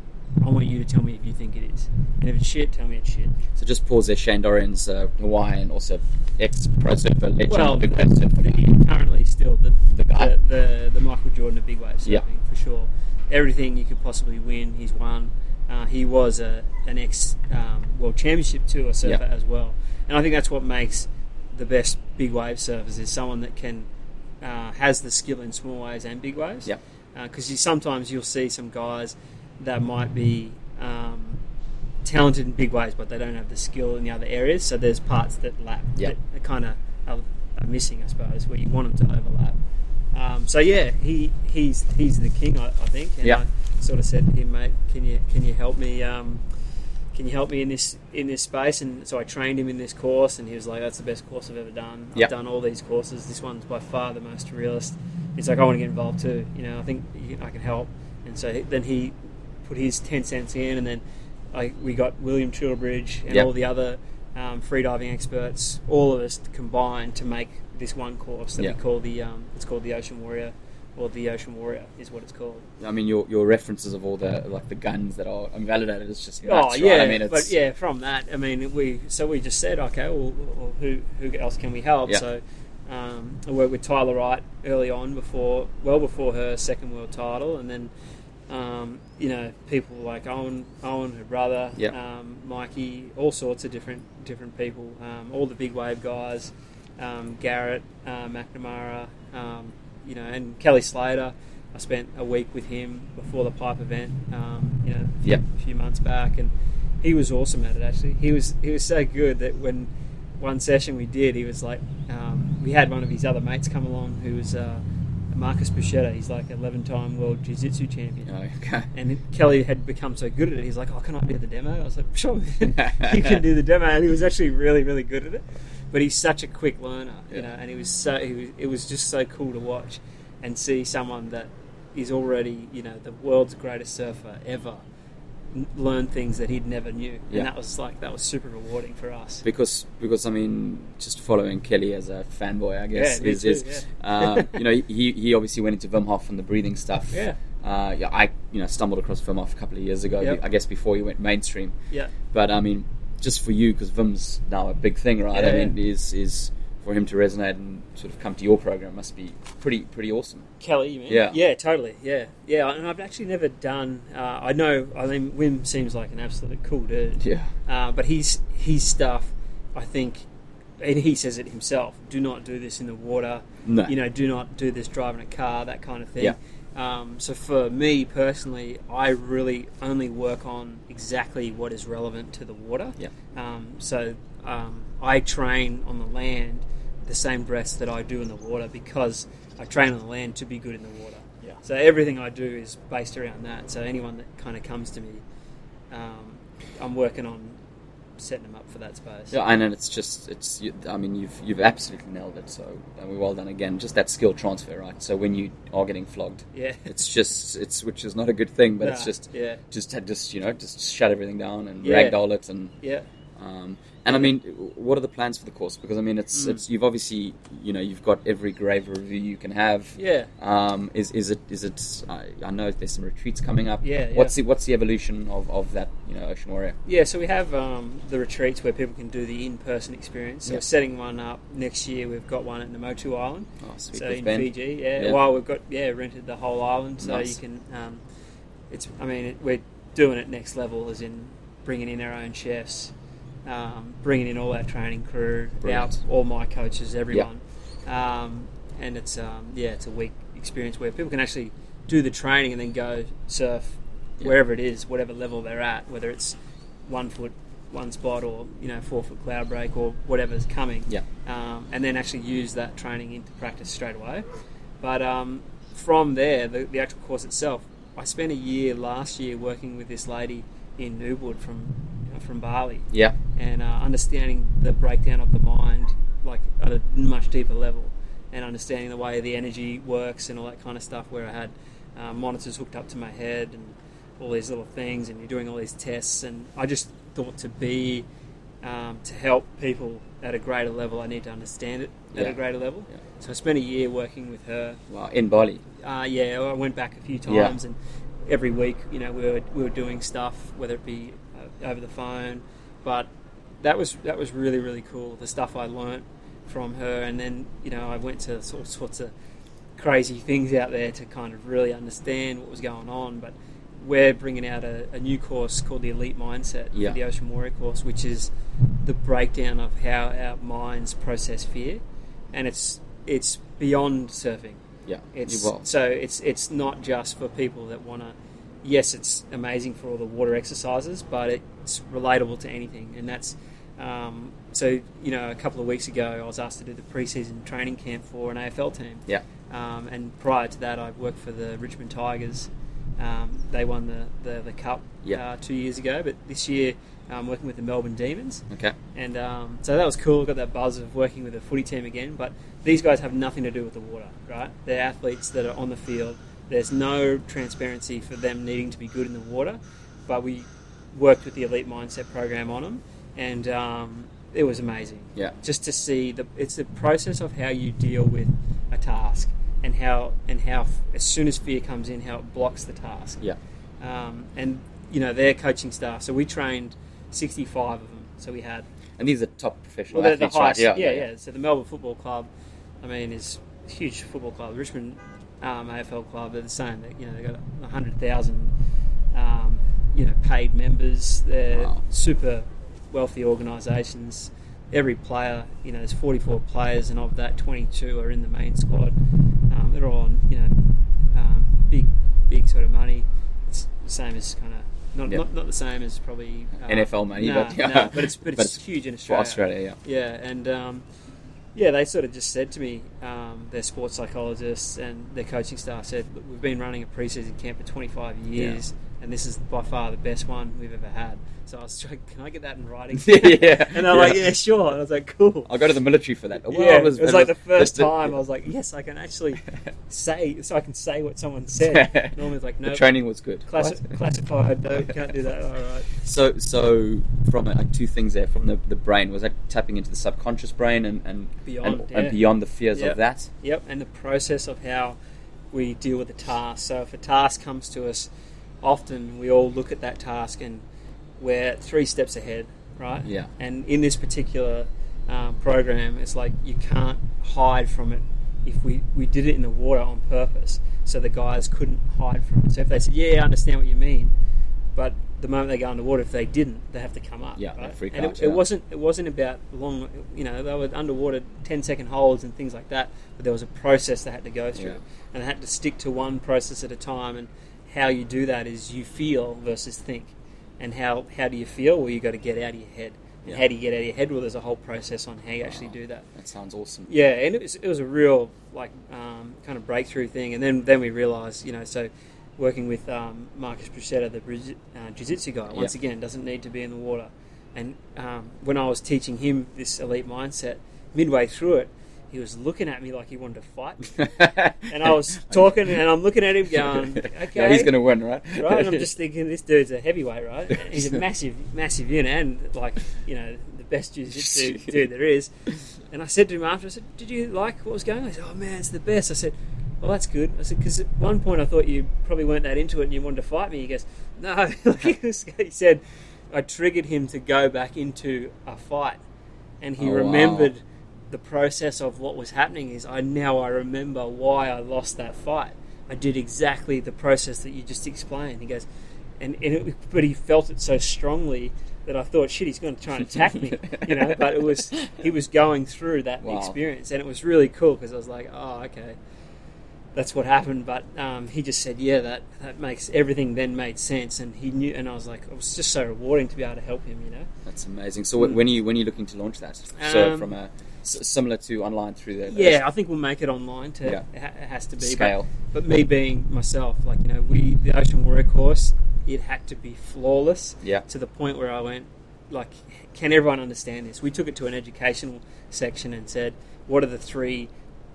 Speaker 2: I want you to tell me if you think it is, and if it's shit, tell me it's shit."
Speaker 3: So just pause there. Shane Dorian's uh, Hawaiian, also ex pro surfer legend,
Speaker 2: Well,
Speaker 3: big wave surfer.
Speaker 2: the- currently still the
Speaker 3: The guy.
Speaker 2: the, the, the Michael Jordan of big wave surfing
Speaker 3: Yeah.
Speaker 2: for sure. Everything you could possibly win, he's won. Uh, he was a, an ex um, world championship tour surfer
Speaker 3: Yeah.
Speaker 2: as well, and I think that's what makes the best big wave surfers is someone that can uh, has the skill in small waves and big waves
Speaker 3: Yeah.
Speaker 2: because you sometimes you'll see some guys that might be um, talented in big ways, but they don't have the skill in the other areas. So there's parts that lap
Speaker 3: Yeah.
Speaker 2: that kind of are, are missing, I suppose, where you want them to overlap. Um, so yeah, he he's he's the king, I, I think. And
Speaker 3: Yeah.
Speaker 2: I sort of said to him, mate, can you can you help me? Um, can you help me in this in this space? And so I trained him in this course, and he was like, "That's the best course I've ever done. I've
Speaker 3: Yeah.
Speaker 2: done all these courses. This one's by far the most realist." He's like, "I want to get involved too. You know, I think you- I can help." And so he- then he put his ten cents in, and then I, we got William Trowbridge and
Speaker 3: Yeah.
Speaker 2: all the other um, freediving experts, all of us combined to make this one course that
Speaker 3: Yeah.
Speaker 2: we call the um, it's called the Ocean Warrior, or the Ocean Warrior is what it's called.
Speaker 3: I mean, your your references of all the like the guns that are invalidated is just nuts,
Speaker 2: oh
Speaker 3: right?
Speaker 2: yeah,
Speaker 3: I mean, it's,
Speaker 2: but yeah, from that, I mean, we so we just said, okay, well, well who who else can we help?
Speaker 3: Yeah.
Speaker 2: So um, I worked with Tyler Wright early on, before well before her second world title, and then um, you know people like Owen, Owen, her brother,
Speaker 3: Yeah.
Speaker 2: um, Mikey, all sorts of different different people, um, all the big wave guys, um, Garrett, uh, McNamara, um, you know, and Kelly Slater. I spent a week with him before the pipe event. Um, you know,
Speaker 3: Yeah.
Speaker 2: a few months back, and he was awesome at it. Actually, he was he was so good that when one session we did, he was like, um, we had one of his other mates come along who was uh, Marcus Buschetta. He's like eleven time world jiu jitsu champion.
Speaker 3: Oh, okay.
Speaker 2: And Kelly had become so good at it, he's like, "Oh, can I do the demo?" I was like, "Sure, man. you can do the demo." And he was actually really, really good at it. But he's such a quick learner, you
Speaker 3: Yeah.
Speaker 2: know. And he was so he was, it was just so cool to watch and see someone that is already, you know, the world's greatest surfer ever n- learn things that he'd never knew,
Speaker 3: Yeah.
Speaker 2: and that was like that was super rewarding for us.
Speaker 3: because because I mean, just following Kelly as a fanboy, I guess
Speaker 2: Yeah, me
Speaker 3: is,
Speaker 2: too,
Speaker 3: is
Speaker 2: yeah.
Speaker 3: um, you know he he obviously went into Wim Hof and the breathing stuff.
Speaker 2: Yeah.
Speaker 3: Uh, yeah, I you know stumbled across Wim Hof a couple of years ago.
Speaker 2: Yep.
Speaker 3: I guess before he went mainstream.
Speaker 2: Yeah,
Speaker 3: But I mean, just for you because Vim's now a big thing, right? I
Speaker 2: Yeah.
Speaker 3: mean, is is for him to resonate and sort of come to your program must be pretty pretty awesome.
Speaker 2: Kelly, you mean?
Speaker 3: Yeah.
Speaker 2: yeah, totally, yeah, yeah. And I've actually never done. Uh, I know. I mean, Wim seems like an absolute cool dude.
Speaker 3: Yeah.
Speaker 2: Uh, but his his stuff, I think, and he says it himself. Do not do this in the water.
Speaker 3: No.
Speaker 2: You know, do not do this driving a car, that kind of thing.
Speaker 3: Yeah.
Speaker 2: Um, so for me personally, I really only work on exactly what is relevant to the water.
Speaker 3: Yeah.
Speaker 2: Um, so um, I train on the land the same breaths that I do in the water because I train on the land to be good in the water.
Speaker 3: Yeah.
Speaker 2: So everything I do is based around that. So anyone that kind of comes to me, um, I'm working on setting them up for that space.
Speaker 3: Yeah, and then it's just it's. You, I mean, you've you've absolutely nailed it. So and we well done again. Just that skill transfer, right? So when you are getting flogged,
Speaker 2: Yeah.
Speaker 3: it's just it's which is not a good thing, but
Speaker 2: Nah,
Speaker 3: it's just
Speaker 2: yeah.
Speaker 3: just had just you know just shut everything down and
Speaker 2: Yeah.
Speaker 3: ragdoll it and
Speaker 2: Yeah.
Speaker 3: um, and I mean, what are the plans for the course? Because I mean,
Speaker 2: Mm.
Speaker 3: it's it's you've obviously you know you've got every grave review you can have.
Speaker 2: Yeah.
Speaker 3: Um, is is it is it? I, I know there's some retreats coming up.
Speaker 2: Yeah, yeah.
Speaker 3: What's the what's the evolution of, of that you know Ocean Warrior?
Speaker 2: Yeah, so we have um, the retreats where people can do the in-person experience. So
Speaker 3: Yeah.
Speaker 2: we're setting one up next year. We've got one at Namotu Island,
Speaker 3: Oh, sweet.
Speaker 2: so
Speaker 3: with
Speaker 2: in
Speaker 3: Ben.
Speaker 2: Fiji. Yeah.
Speaker 3: Yeah.
Speaker 2: Well, we've got yeah rented the whole island, so
Speaker 3: Nice.
Speaker 2: you can. Um, it's. I mean, it, we're doing it next level, as in bringing in our own chefs, um, bringing in all our training crew, our,
Speaker 3: Brilliant.
Speaker 2: all my coaches, everyone, um, and it's um, yeah, it's a week experience where people can actually do the training and then go surf
Speaker 3: Yeah.
Speaker 2: wherever it is, whatever level they're at, whether it's one foot one spot or you know four foot cloud break or whatever's coming
Speaker 3: Yeah.
Speaker 2: um, and then actually use that training into practice straight away. But um, from there, the, the actual course itself, I spent a year last year working with this lady in Newwood from you know, from Bali,
Speaker 3: Yeah.
Speaker 2: and uh, understanding the breakdown of the mind, like at a much deeper level, and understanding the way the energy works and all that kind of stuff. Where I had uh, monitors hooked up to my head and all these little things, and you're doing all these tests, and I just thought to be um, to help people at a greater level, I need to understand it at
Speaker 3: Yeah.
Speaker 2: a greater level.
Speaker 3: Yeah.
Speaker 2: So I spent a year working with her
Speaker 3: Wow. In Bali.
Speaker 2: uh, yeah, I went back a few
Speaker 3: Yeah.
Speaker 2: times, and every week, you know, we were, we were doing stuff, whether it be uh, over the phone, but that was that was really really cool. The stuff I learnt from her, and then you know, I went to all sorts of crazy things out there to kind of really understand what was going on. But we're bringing out a, a new course called the Elite Mindset,
Speaker 3: Yeah.
Speaker 2: for the Ocean Warrior course, which is the breakdown of how our minds process fear, and it's it's beyond surfing.
Speaker 3: Yeah.
Speaker 2: It's
Speaker 3: Well,
Speaker 2: so it's it's not just for people that want to. Yes, it's amazing for all the water exercises, but it's relatable to anything, and that's. Um, so you know, a couple of weeks ago, I was asked to do the preseason training camp for an AFL team.
Speaker 3: Yeah.
Speaker 2: Um, and prior to that, I worked for the Richmond Tigers. Um, they won the the, the cup
Speaker 3: Yeah.
Speaker 2: uh, two years ago, but this year, I'm working with the Melbourne Demons.
Speaker 3: Okay.
Speaker 2: And um, so that was cool. Got that buzz of working with a footy team again. But these guys have nothing to do with the water, right? They're athletes that are on the field. There's no transparency for them needing to be good in the water. But we worked with the Elite Mindset program on them, and um, it was amazing
Speaker 3: Yeah.
Speaker 2: just to see the it's the process of how you deal with a task and how and how f- as soon as fear comes in how it blocks the task
Speaker 3: Yeah.
Speaker 2: um, and you know their coaching staff so we trained 65 of them so we had
Speaker 3: And these are top professional
Speaker 2: well, they're the
Speaker 3: athletes,
Speaker 2: highest
Speaker 3: right?
Speaker 2: yeah, yeah so the melbourne football club i mean is a huge football club richmond um, afl club they're the same they, you know they've got 100000 um, you know paid members they're
Speaker 3: Wow.
Speaker 2: super wealthy organisations. Every player, you know, there's 44 players, and of that, 22 are in the main squad. Um, they're all on, you know, um, big, big sort of money. It's the same as kind of not,
Speaker 3: Yeah.
Speaker 2: not not the same as probably uh,
Speaker 3: NFL money,
Speaker 2: nah,
Speaker 3: but yeah.
Speaker 2: nah, but it's but it's,
Speaker 3: But it's
Speaker 2: huge in
Speaker 3: For
Speaker 2: Australia.
Speaker 3: Australia, yeah.
Speaker 2: Yeah, and um, yeah, they sort of just said to me, um, their sports psychologists and their coaching staff said, Look, we've been running a preseason camp for 25 years, and this is by far the best one we've ever had. So I was like, can I get that in writing?
Speaker 3: Yeah.
Speaker 2: And they're like,
Speaker 3: Yeah.
Speaker 2: yeah, sure. And I was like, cool.
Speaker 3: I'll go to the military for that. Well,
Speaker 2: yeah, it was, like the first
Speaker 3: listed-
Speaker 2: time I was like, yes, I can actually say, so I can say what someone said. Normally it's like, no,
Speaker 3: The training was good.
Speaker 2: classi-
Speaker 3: What?
Speaker 2: classified, no, can't do that. All right.
Speaker 3: So, so from uh, like two things there, from the, the brain was that tapping into the subconscious brain and and
Speaker 2: Beyond,
Speaker 3: and,
Speaker 2: yeah.
Speaker 3: and beyond the fears
Speaker 2: Yeah.
Speaker 3: of that.
Speaker 2: Yep, and the process of how we deal with the task. So if a task comes to us, often we all look at that task and we're three steps ahead, right?
Speaker 3: Yeah.
Speaker 2: And in this particular um, program, it's like you can't hide from it. If we, we did it in the water on purpose, so the guys couldn't hide from it. So if they said, "Yeah, I understand what you mean," but the moment they go underwater, if they didn't, they have to come up.
Speaker 3: Yeah, they
Speaker 2: right?
Speaker 3: freak
Speaker 2: and
Speaker 3: out,
Speaker 2: it, it
Speaker 3: yeah.
Speaker 2: wasn't it wasn't about long. You know, they were underwater 10 second holds and things like that. But there was a process they had to go through,
Speaker 3: Yeah.
Speaker 2: and they had to stick to one process at a time. And how you do that is you feel versus think. And how how do you feel? Well, you got to get out of your head. And
Speaker 3: Yeah.
Speaker 2: how do you get out of your head? Well, there's a whole process on how you actually
Speaker 3: Wow.
Speaker 2: do that.
Speaker 3: That sounds awesome.
Speaker 2: Yeah, and it was, it was a real like um, kind of breakthrough thing, and then then we realised, you know, so working with um, Marcus Bruschetta, the Brazil- uh, jiu-jitsu guy, once
Speaker 3: Yeah.
Speaker 2: again doesn't need to be in the water. And um, when I was teaching him this elite mindset, midway through it, he was looking at me like he wanted to fight, me. and I was talking, and I'm looking at him going,
Speaker 3: Yeah,
Speaker 2: "Okay,
Speaker 3: he's going to win, right?
Speaker 2: right? And I'm just thinking, this dude's a heavyweight, right? He's a massive, massive unit, and like you know, the best jiu-jitsu dude there is. And I said to him after, I said, "Did you like what was going on?" He said, "Oh man, it's the best." I said, "Well, that's good." I said, "Because at one point I thought you probably weren't that into it, and you wanted to fight me." He goes, "No," he was- he said, "I triggered him to go back into a fight, and he
Speaker 3: Oh, wow.
Speaker 2: remembered." the process of what was happening is I now I remember why I lost that fight. I did exactly the process that you just explained. He goes, and, and it, but he felt it so strongly that I thought, shit, he's going to try and attack me, you know. But it was he was going through that
Speaker 3: Wow.
Speaker 2: experience, and it was really cool because I was like, oh, okay, that's what happened. But um, he just said, yeah, that that makes everything then made sense, and he knew, and I was like, it was just so rewarding to be able to help him, you know.
Speaker 3: That's amazing. So wh- when are you when are you looking to launch that? So
Speaker 2: Um,
Speaker 3: from a s- similar to online through the the
Speaker 2: Yeah, I think we'll make it online. To
Speaker 3: Yeah.
Speaker 2: it ha- it has to be but-
Speaker 3: scale.
Speaker 2: But, me being myself, like you know, we the Ocean Workhorse, it had to be flawless.
Speaker 3: Yeah.
Speaker 2: To the point where I went, like, can everyone understand this? We took it to an educational section and said, what are the three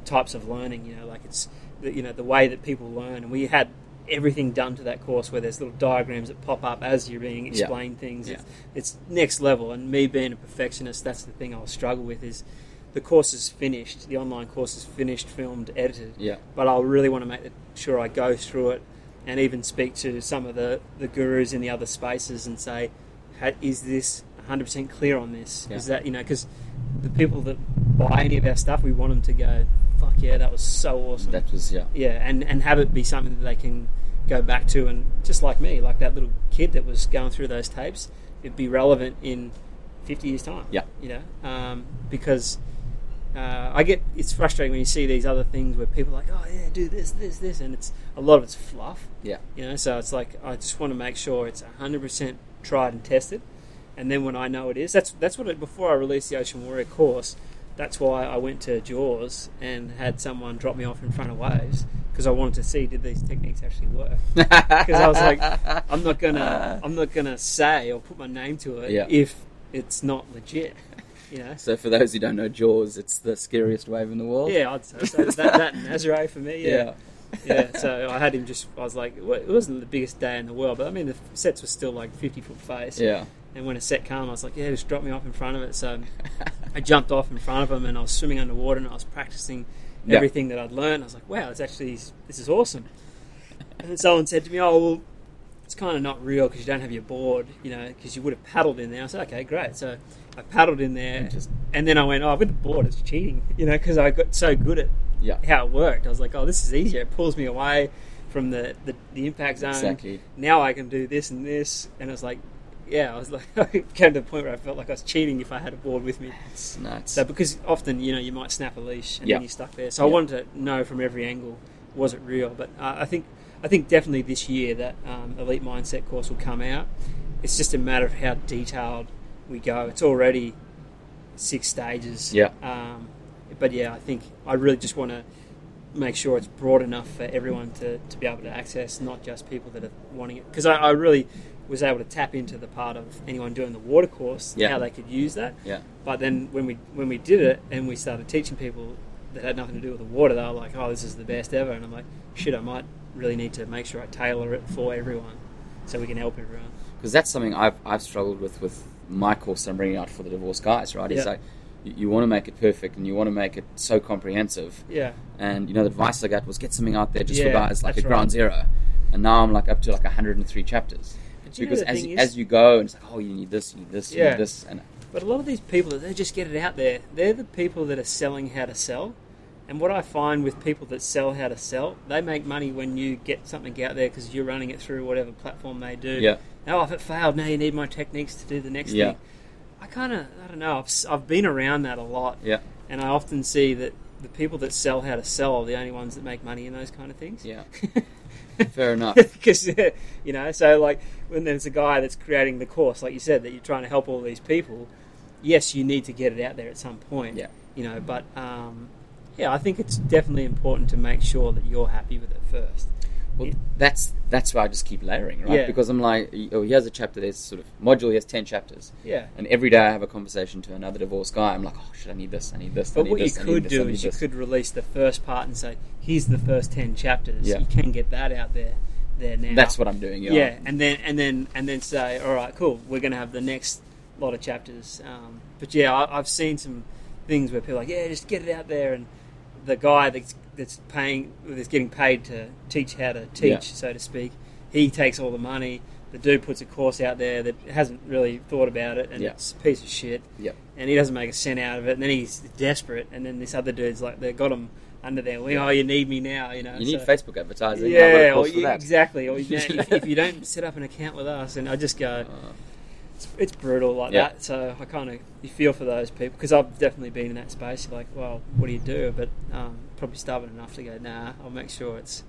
Speaker 2: types of learning? You know, like it's the, you know the way that people learn, and we had everything done to that course where there's little diagrams that pop up as you're being
Speaker 3: Yeah.
Speaker 2: explained things.
Speaker 3: Yeah.
Speaker 2: It's, it's next level. And me being a perfectionist, that's the thing I'll struggle with is the course is finished, the online course is finished, filmed, edited.
Speaker 3: Yeah.
Speaker 2: But I really want to make sure I go through it and even speak to some of the, the gurus in the other spaces and say, "Ha- is this 100% clear on this?
Speaker 3: Yeah.
Speaker 2: Is that, you know, because the people that buy any of our stuff, we want them to go, fuck yeah, that was so awesome
Speaker 3: That was yeah.
Speaker 2: yeah, and and have it be something that they can go back to, and just like me, like that little kid that was going through those tapes, it'd be relevant in fifty years' time.
Speaker 3: Yeah.
Speaker 2: you know, um, because uh, I get it's frustrating when you see these other things where people are like, oh yeah, do this, this, this, and it's a lot of it's fluff.
Speaker 3: Yeah.
Speaker 2: You know, so it's like I just want to make sure it's hundred percent tried and tested, and then when I know it is, that's that's what it, before I released the Ocean Warrior course, that's why I went to Jaws and had someone drop me off in front of waves because I wanted to see did these techniques actually work. Because I was like, I'm not gonna I'm not gonna say or put my name to it
Speaker 3: Yeah.
Speaker 2: if it's not legit. You know.
Speaker 3: So for those who don't know Jaws, it's the scariest wave in the world.
Speaker 2: Yeah, I'd say so. that, that and Nazare for me.
Speaker 3: Yeah.
Speaker 2: yeah, uh, so I had him just. I was like, well, it wasn't the biggest day in the world, but I mean, the sets were still like 50 foot face.
Speaker 3: Yeah.
Speaker 2: And when a set came, I was like, yeah, just drop me off in front of it. So um, I jumped off in front of him and I was swimming underwater and I was practicing
Speaker 3: Yeah.
Speaker 2: everything that I'd learned. I was like, wow, it's actually, this is awesome. And then someone said to me, oh, well, it's kind of not real because you don't have your board, you know, because you would have paddled in there. I said, okay, great. So I paddled in there
Speaker 3: And
Speaker 2: and,
Speaker 3: just-
Speaker 2: then I went, oh, with the board, it's cheating, you know, because I got so good at
Speaker 3: Yeah.
Speaker 2: how it worked. I was like, oh, this is easier. It pulls me away from the, the, the impact zone.
Speaker 3: Exactly.
Speaker 2: Now I can do this and this. And I was like, yeah, I was like, it came to the point where I felt like I was cheating if I had a board with me.
Speaker 3: It's nuts.
Speaker 2: So because often, you know, you might snap a leash and
Speaker 3: Yeah.
Speaker 2: then you're stuck there. So I
Speaker 3: Yeah.
Speaker 2: wanted to know from every angle, was it real? But uh, I think I think definitely this year that um, Elite Mindset course will come out. It's just a matter of how detailed we go. It's already six stages.
Speaker 3: Yeah.
Speaker 2: Um, but yeah, I think I really just want to make sure it's broad enough for everyone to, to be able to access, not just people that are wanting it. Because I, I really was able to tap into the part of anyone doing the water course,
Speaker 3: Yeah.
Speaker 2: how they could use that.
Speaker 3: yeah.
Speaker 2: But then when we when we did it and we started teaching people that had nothing to do with the water, they were like, "Oh, this is the best ever," and I'm like, "Shit, I might really need to make sure I tailor it for everyone, so we can help everyone."
Speaker 3: because that's something I've, I've struggled with with my course I'm bringing out for the divorced guys, right? Is
Speaker 2: Yeah.
Speaker 3: like you, you want to make it perfect and you want to make it so comprehensive.
Speaker 2: Yeah,
Speaker 3: And you know, the advice I got was get something out there just for
Speaker 2: Yeah,
Speaker 3: guys, like a
Speaker 2: that's
Speaker 3: ground
Speaker 2: right.
Speaker 3: zero. And now I'm like up to like 103 chapters.
Speaker 2: But you know
Speaker 3: Because
Speaker 2: the
Speaker 3: as,
Speaker 2: thing
Speaker 3: you-
Speaker 2: is-
Speaker 3: as you go, and it's like, oh, you need this, you need this, you
Speaker 2: Yeah.
Speaker 3: need this. And
Speaker 2: but a lot of these people, they just get it out there. They're the people that are selling how to sell. And what I find with people that sell how to sell, they make money when you get something out there because you're running it through whatever platform they do.
Speaker 3: Yeah.
Speaker 2: Oh, if it failed, now you need my techniques to do the next
Speaker 3: Yeah.
Speaker 2: thing. I kind of, I don't know. I've, s- I've been around that a lot.
Speaker 3: yeah,
Speaker 2: and I often see that the people that sell how to sell are the only ones that make money in those kind of things.
Speaker 3: yeah, fair enough.
Speaker 2: Because you know, so like when there's a guy that's creating the course, like you said, that you're trying to help all these people. Yes, you need to get it out there at some point.
Speaker 3: Yeah.
Speaker 2: You know, but um, yeah, I think it's definitely important to make sure that you're happy with it first.
Speaker 3: Well,
Speaker 2: Yeah.
Speaker 3: that's that's why I just keep layering, right?
Speaker 2: Yeah.
Speaker 3: Because I'm like, oh, here's a chapter, there's sort of module, here's 10 chapters.
Speaker 2: Yeah.
Speaker 3: And every day I have a conversation to another divorced guy. I'm like, oh, shit, I need this, I need this, I
Speaker 2: But
Speaker 3: need
Speaker 2: what you
Speaker 3: this, I need
Speaker 2: could
Speaker 3: this, I
Speaker 2: do
Speaker 3: need
Speaker 2: is you
Speaker 3: this.
Speaker 2: could release the first part and say, "Here's the first ten chapters."
Speaker 3: Yeah.
Speaker 2: You can get that out there. There now.
Speaker 3: That's what I'm doing, yeah.
Speaker 2: yeah and then and then and then say all right cool we're going to have the next lot of chapters um, but yeah I, i've seen some things where people are like yeah just get it out there and the guy that's that's paying that's getting paid to teach how to teach
Speaker 3: Yeah.
Speaker 2: so to speak he takes all the money the dude puts a course out there that hasn't really thought about it and
Speaker 3: Yeah.
Speaker 2: it's a piece of shit
Speaker 3: Yeah.
Speaker 2: and he doesn't make a cent out of it and then he's desperate and then this other dude's like they got him under their wing oh you need me now you know
Speaker 3: You need
Speaker 2: so-
Speaker 3: Facebook advertising. I've got a
Speaker 2: yeah,
Speaker 3: course
Speaker 2: or
Speaker 3: for
Speaker 2: you-
Speaker 3: that.
Speaker 2: exactly. Or you know, if, if you don't set up an account with us, and I just go,
Speaker 3: Uh,
Speaker 2: it's, it's brutal like
Speaker 3: Yeah.
Speaker 2: that. So I kind of you feel for those people because I've definitely been in that space. You're like, well, what do you do? But um, probably stubborn enough to go, nah, I'll make sure it's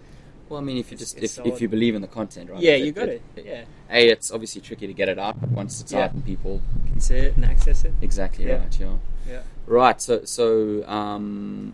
Speaker 3: Well, I mean, if you
Speaker 2: It's-
Speaker 3: just
Speaker 2: it's
Speaker 3: if, if
Speaker 2: solid.
Speaker 3: you believe in the content, right?
Speaker 2: yeah, you got it, yeah,
Speaker 3: A, it's obviously tricky to get it out once it's
Speaker 2: Yeah.
Speaker 3: out and people
Speaker 2: you can see it and access it.
Speaker 3: exactly
Speaker 2: Yeah.
Speaker 3: right. Yeah.
Speaker 2: Yeah,
Speaker 3: Right. So so um,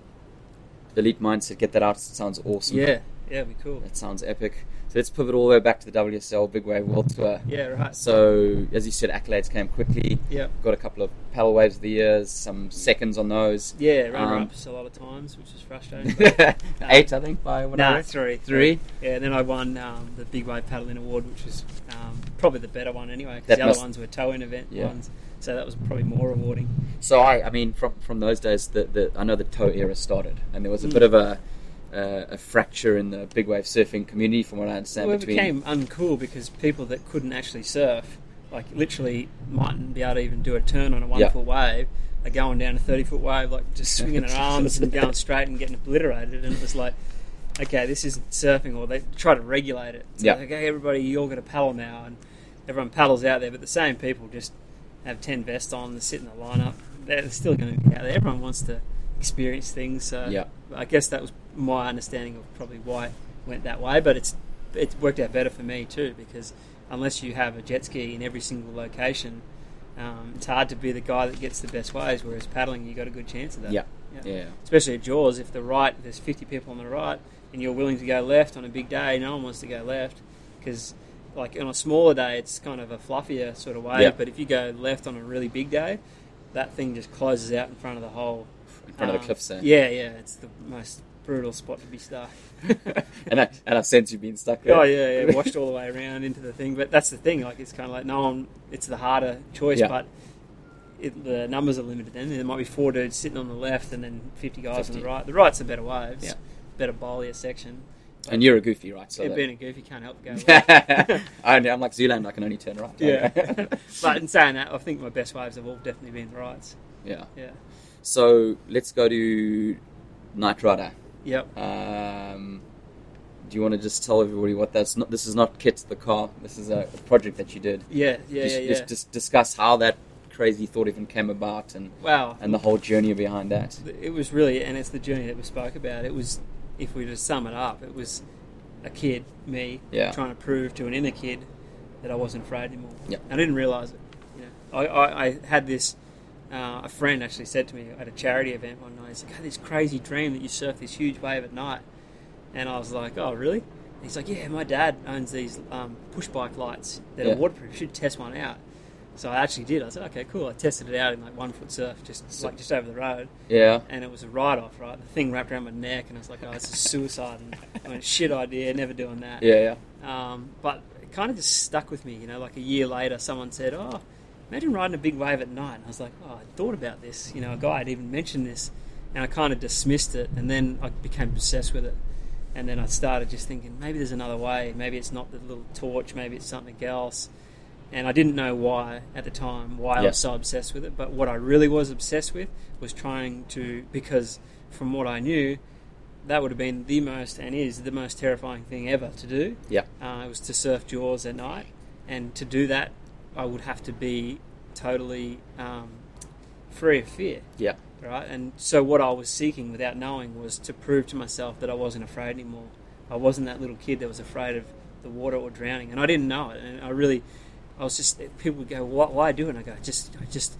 Speaker 3: elite mindset. Get that out. It sounds awesome.
Speaker 2: yeah, yeah, it'd be cool.
Speaker 3: That sounds epic. So let's pivot all the way back to the WSL Big Wave World Tour.
Speaker 2: Yeah, right.
Speaker 3: So as you said, accolades came quickly.
Speaker 2: Yeah,
Speaker 3: Got a couple of paddle waves of the years, some seconds on those.
Speaker 2: yeah, runner
Speaker 3: Um,
Speaker 2: ups a lot of times, which is frustrating. but- uh,
Speaker 3: Eight, I think, by what I
Speaker 2: Nah,
Speaker 3: read.
Speaker 2: three,
Speaker 3: Three?
Speaker 2: Yeah, and then I won um, the Big Wave Paddling Award, which was um, probably the better one anyway, because
Speaker 3: That
Speaker 2: the other
Speaker 3: must-
Speaker 2: ones were tow-in event
Speaker 3: Yeah.
Speaker 2: ones, so that was probably more rewarding.
Speaker 3: So I, I mean, from from those days, the, the I know the tow era started, and there was a
Speaker 2: Mm.
Speaker 3: bit of a uh, a fracture in the big wave surfing community, from what I understand.
Speaker 2: well, it
Speaker 3: between
Speaker 2: became uncool because people that couldn't actually surf, like literally mightn't be able to even do a turn on a
Speaker 3: Yeah.
Speaker 2: one-foot wave, are going down a thirty-foot wave, like just swinging their arms and going straight and getting obliterated, and it was like. Okay, this isn't surfing, or they try to regulate it. So
Speaker 3: Yeah.
Speaker 2: like, okay, everybody, you all got to paddle now, and everyone paddles out there, but the same people just have 10 vests on, they sit in the lineup. They're still going to be out there. Everyone wants to experience things. So
Speaker 3: Yeah.
Speaker 2: I guess that was my understanding of probably why it went that way. But it's it's worked out better for me too because unless you have a jet ski in every single location, um, it's hard to be the guy that gets the best waves. Whereas paddling, you got a good chance of that.
Speaker 3: yeah, yeah,
Speaker 2: Especially at Jaws, if the right there's 50 people on the right, and you're willing to go left on a big day, no one wants to go left because, like on a smaller day, it's kind of a fluffier sort of way.
Speaker 3: Yeah.
Speaker 2: But if you go left on a really big day, that thing just closes out in front of the whole.
Speaker 3: in front of
Speaker 2: um,
Speaker 3: the cliffs there.
Speaker 2: Yeah, yeah, it's the most brutal spot to be stuck.
Speaker 3: and I, and I've since you've been stuck there.
Speaker 2: Oh yeah, yeah, washed all the way around into the thing. But that's the thing, like it's kind of like no one. It's the harder choice,
Speaker 3: Yeah.
Speaker 2: but it, the numbers are limited. Then there might be four dudes sitting on the left, and then fifty guys on
Speaker 3: 50.
Speaker 2: the right. The right's the better waves,
Speaker 3: Yeah.
Speaker 2: better bowlier section.
Speaker 3: and you're a goofy, right? So
Speaker 2: it
Speaker 3: that-
Speaker 2: being a goofy can't help but go. left.
Speaker 3: I only, I'm like Zoolander. I can only turn right.
Speaker 2: yeah, but in saying that, I think my best waves have all definitely been the rights.
Speaker 3: yeah.
Speaker 2: Yeah,
Speaker 3: So let's go to Night Rider.
Speaker 2: yep.
Speaker 3: Um, do you want to just tell everybody what that's not? This is not Kit the car. This is a project that you did.
Speaker 2: Yeah, yeah,
Speaker 3: just,
Speaker 2: yeah, yeah.
Speaker 3: Just, just discuss how that crazy thought even came about and
Speaker 2: wow,
Speaker 3: and the whole journey behind that.
Speaker 2: it was really, and it's the journey that we spoke about. It was, if we just sum it up, it was a kid, me,
Speaker 3: Yeah.
Speaker 2: trying to prove to an inner kid that I wasn't afraid anymore.
Speaker 3: Yeah.
Speaker 2: I didn't realize it. You know, I, I, I had this. Uh, a friend actually said to me at a charity event one night, he's like, I had this crazy dream that you surf this huge wave at night. And I was like, oh, really? And he's like, yeah, my dad owns these um, push bike lights that
Speaker 3: Yeah.
Speaker 2: are waterproof. You should test one out. So I actually did. I said, okay, cool. I tested it out in like one foot surf, just like just over the road
Speaker 3: Yeah,
Speaker 2: and it was a write off, right? The thing wrapped around my neck, and I was like, oh, it's a suicide. And I went, shit idea, never doing that.
Speaker 3: yeah, yeah.
Speaker 2: Um, but it kind of just stuck with me, you know. Like a year later, someone said, oh, imagine riding a big wave at night. And I was like, oh, I thought about this. You know, a guy had even mentioned this, and I kind of dismissed it, and then I became obsessed with it. And then I started just thinking, maybe there's another way. Maybe it's not the little torch, maybe it's something else. And I didn't know why at the time, why I
Speaker 3: Yeah.
Speaker 2: was so obsessed with it. But what I really was obsessed with was trying to, because from what I knew, that would have been the most and is the most terrifying thing ever to do.
Speaker 3: Yeah.
Speaker 2: Uh, it was to surf Jaws at night. And to do that, I would have to be totally um, free of fear
Speaker 3: Yeah,
Speaker 2: right? And so what I was seeking without knowing was to prove to myself that I wasn't afraid anymore. I wasn't that little kid that was afraid of the water or drowning, and I didn't know it. And I really, I was just people would go, "Why, why do it?" And I go, "Just, I just."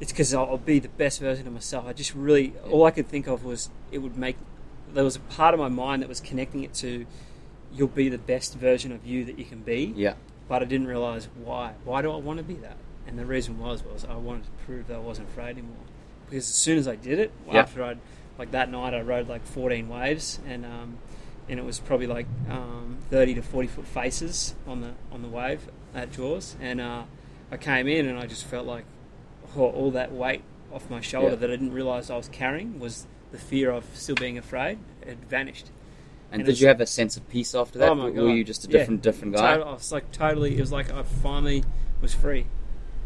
Speaker 2: It's because I'll I'll be the best version of myself. I just really, all I could think of was it would make. There was a part of my mind that was connecting it to, you'll be the best version of you that you can be
Speaker 3: yeah,
Speaker 2: but I didn't realize why. Why do I want to be that? And the reason was was I wanted to prove that I wasn't afraid anymore. Because as soon as I did it,
Speaker 3: Yeah.
Speaker 2: after I'd like that night, I rode like 14 waves, and um, and it was probably like um, 30 to 40 foot faces on the on the wave at Jaws, and uh, I came in and I just felt like oh, all that weight off my shoulder
Speaker 3: Yeah.
Speaker 2: that I didn't realize I was carrying was the fear of still being afraid. It vanished.
Speaker 3: And,
Speaker 2: And
Speaker 3: did
Speaker 2: it's-
Speaker 3: you have a sense of peace after that?
Speaker 2: Oh my
Speaker 3: Were-
Speaker 2: god!
Speaker 3: Were you just a
Speaker 2: Yeah.
Speaker 3: different, different guy?
Speaker 2: Total- I was like totally. It was like I finally was free.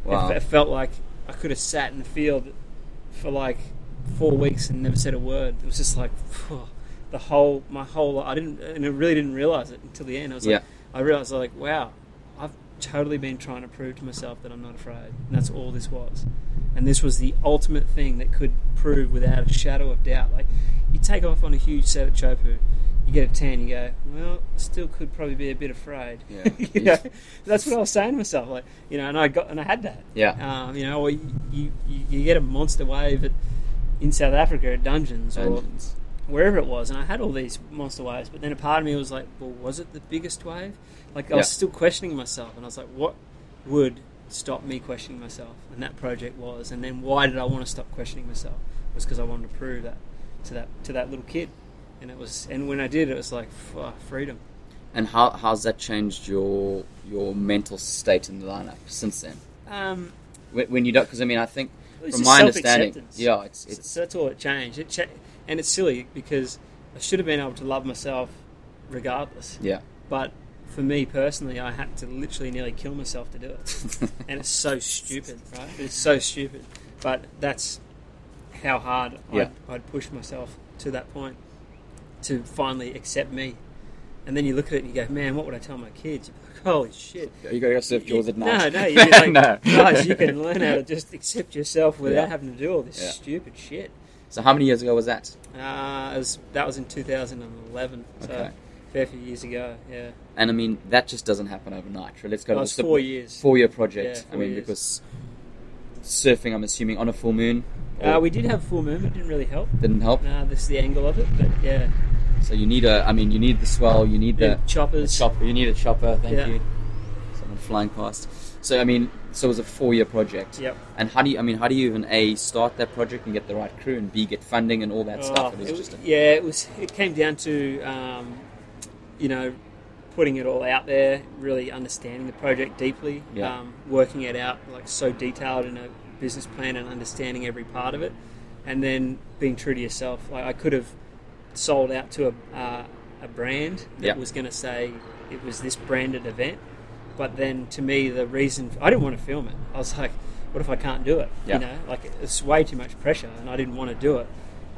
Speaker 3: Wow.
Speaker 2: It, fe- it felt like I could have sat in the field for like four weeks and never said a word. It was just like phew, the whole my whole. I didn't and I really didn't realize it until the end. I was
Speaker 3: Yeah.
Speaker 2: like, I realized like wow, I've totally been trying to prove to myself that I'm not afraid. And that's all this was. And this was the ultimate thing that could prove without a shadow of doubt. Like, you take off on a huge set at Chopu, you get a 10, you go, well, still could probably be a bit afraid.
Speaker 3: Yeah.
Speaker 2: you know? That's what I was saying to myself. Like, you know, and I got, and I had that.
Speaker 3: Yeah.
Speaker 2: Um, you know, or you, you, you get a monster wave at, in South Africa at Dungeons or
Speaker 3: Dungeons.
Speaker 2: wherever it was, and I had all these monster waves. But then a part of me was like, well, was it the biggest wave? Like I was
Speaker 3: Yeah.
Speaker 2: still questioning myself, and I was like, what would stop me questioning myself? And that project was. And then why did I want to stop questioning myself? It was because I wanted to prove that to that to that little kid. And it was, and when I did, it was like f- freedom.
Speaker 3: And how how's that changed your your mental state in the lineup since then?
Speaker 2: Um,
Speaker 3: When, when you don't, because I mean, I think
Speaker 2: It's just
Speaker 3: from my understanding,
Speaker 2: self-acceptance.
Speaker 3: yeah, it's
Speaker 2: So,
Speaker 3: it's
Speaker 2: so that's all it changed. It cha- and it's silly because I should have been able to love myself regardless.
Speaker 3: yeah,
Speaker 2: But for me personally, I had to literally nearly kill myself to do it. and it's so stupid, right? It's so stupid. But that's how hard
Speaker 3: Yeah.
Speaker 2: I'd, I'd push myself to that point to finally accept me. And then you look at it and you go, man, what would I tell my kids? Holy shit.
Speaker 3: you got to surf jaws at night.
Speaker 2: No, no, you're like,
Speaker 3: No.
Speaker 2: guys, you can learn how to just accept yourself without
Speaker 3: Yeah.
Speaker 2: having to do all this
Speaker 3: Yeah.
Speaker 2: stupid shit.
Speaker 3: So how many years ago was that?
Speaker 2: Uh, it was- that was in 2011, so
Speaker 3: Okay.
Speaker 2: a fair few years ago, yeah.
Speaker 3: And I mean, that just doesn't happen overnight. Right? Let's go
Speaker 2: That
Speaker 3: to
Speaker 2: was
Speaker 3: the
Speaker 2: Oh, four years.
Speaker 3: four year project.
Speaker 2: Yeah,
Speaker 3: I
Speaker 2: four
Speaker 3: mean,
Speaker 2: years.
Speaker 3: because surfing, I'm assuming on a full moon,
Speaker 2: Uh,
Speaker 3: or-
Speaker 2: we did have full moon, but it didn't really help.
Speaker 3: didn't help.
Speaker 2: No, this is the angle of it, but yeah.
Speaker 3: So you need a, I mean, you need the swell, you need the
Speaker 2: Need choppers.
Speaker 3: the chopper, you need a chopper. Thank
Speaker 2: Yeah.
Speaker 3: you. Someone flying past. So I mean, so it was a four-year project.
Speaker 2: Yep.
Speaker 3: And how do you, I mean, how do you even a start that project and get the right crew and b get funding and all that
Speaker 2: Oh,
Speaker 3: stuff? It was
Speaker 2: it
Speaker 3: just a,
Speaker 2: was- yeah, it was. It came down to, um, you know, putting it all out there, really understanding the project deeply,
Speaker 3: Yeah.
Speaker 2: um, working it out like so detailed in a business plan and understanding every part of it, and then being true to yourself. Like I could have sold out to a uh, a brand that
Speaker 3: Yeah.
Speaker 2: was going to say it was this branded event, but then to me the reason I didn't want to film it. I was like, what if I can't do it?
Speaker 3: Yeah.
Speaker 2: You know, like it's way too much pressure, and I didn't want to do it.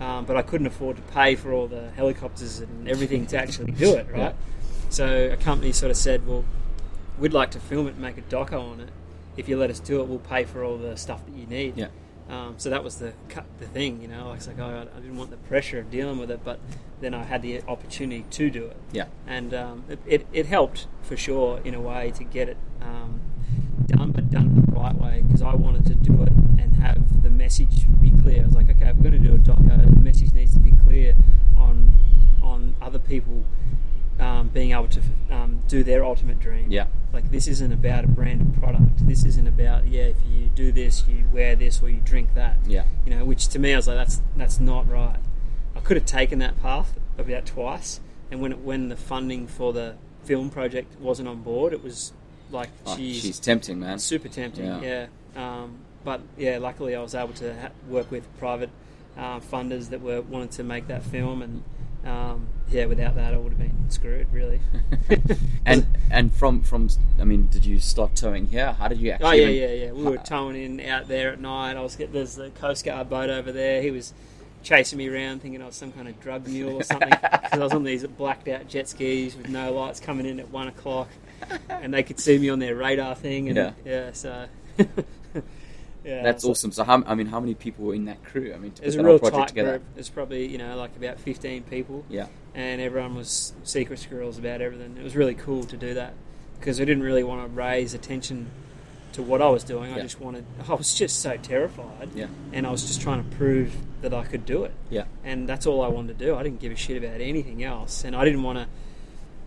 Speaker 2: Um, but I couldn't afford to pay for all the helicopters and everything to actually do it, right? So a company sort of said, well, we'd like to film it and make a doco on it. If you let us do it, we'll pay for all the stuff that you need.
Speaker 3: Yeah.
Speaker 2: Um, so that was the cut, the thing, you know. I was like, oh, I didn't want the pressure of dealing with it, but then I had the opportunity to do it.
Speaker 3: Yeah.
Speaker 2: And um, it, it, it helped for sure in a way to get it um, done, but done the right way because I wanted to do it and have the message be clear. I was like, okay, if we're going to do a doco, the message needs to be clear on on other people um, being able to um, do their ultimate dream.
Speaker 3: Yeah.
Speaker 2: Like this isn't about a branded product. This isn't about yeah, if you do this, you wear this or you drink that.
Speaker 3: Yeah.
Speaker 2: You know, which to me I was like, that's that's not right. I could have taken that path about twice, and when it, when the funding for the film project wasn't on board, it was like,
Speaker 3: oh,
Speaker 2: geez,
Speaker 3: she's tempting, man.
Speaker 2: super tempting. Yeah.
Speaker 3: Yeah.
Speaker 2: Um, but yeah, luckily I was able to ha- work with private uh, funders that were wanted to make that film, and um, yeah, without that I would have been screwed really.
Speaker 3: and and from from I mean, did you start towing here? How did you actually?
Speaker 2: Oh yeah, yeah,
Speaker 3: even-
Speaker 2: yeah. We were towing in out there at night. I was get there's the Coast Guard boat over there. He was chasing me around, thinking I was some kind of drug mule or something, because I was on these blacked out jet skis with no lights coming in at one o'clock, and they could see me on their radar thing. And
Speaker 3: Yeah.
Speaker 2: yeah, so yeah,
Speaker 3: That's
Speaker 2: I was
Speaker 3: awesome. So how I mean, how many people were in that crew? I mean, to
Speaker 2: it was
Speaker 3: put
Speaker 2: a
Speaker 3: that whole
Speaker 2: real
Speaker 3: project
Speaker 2: tight
Speaker 3: together.
Speaker 2: group. It was probably you know like about fifteen people.
Speaker 3: Yeah.
Speaker 2: and everyone was secret squirrels about everything. It was really cool to do that because we didn't really want to raise attention to what I was doing. I
Speaker 3: Yeah.
Speaker 2: just wanted. I was just so terrified.
Speaker 3: Yeah.
Speaker 2: and I was just trying to prove that I could do it.
Speaker 3: Yeah.
Speaker 2: and that's all I wanted to do. I didn't give a shit about anything else, and I didn't want to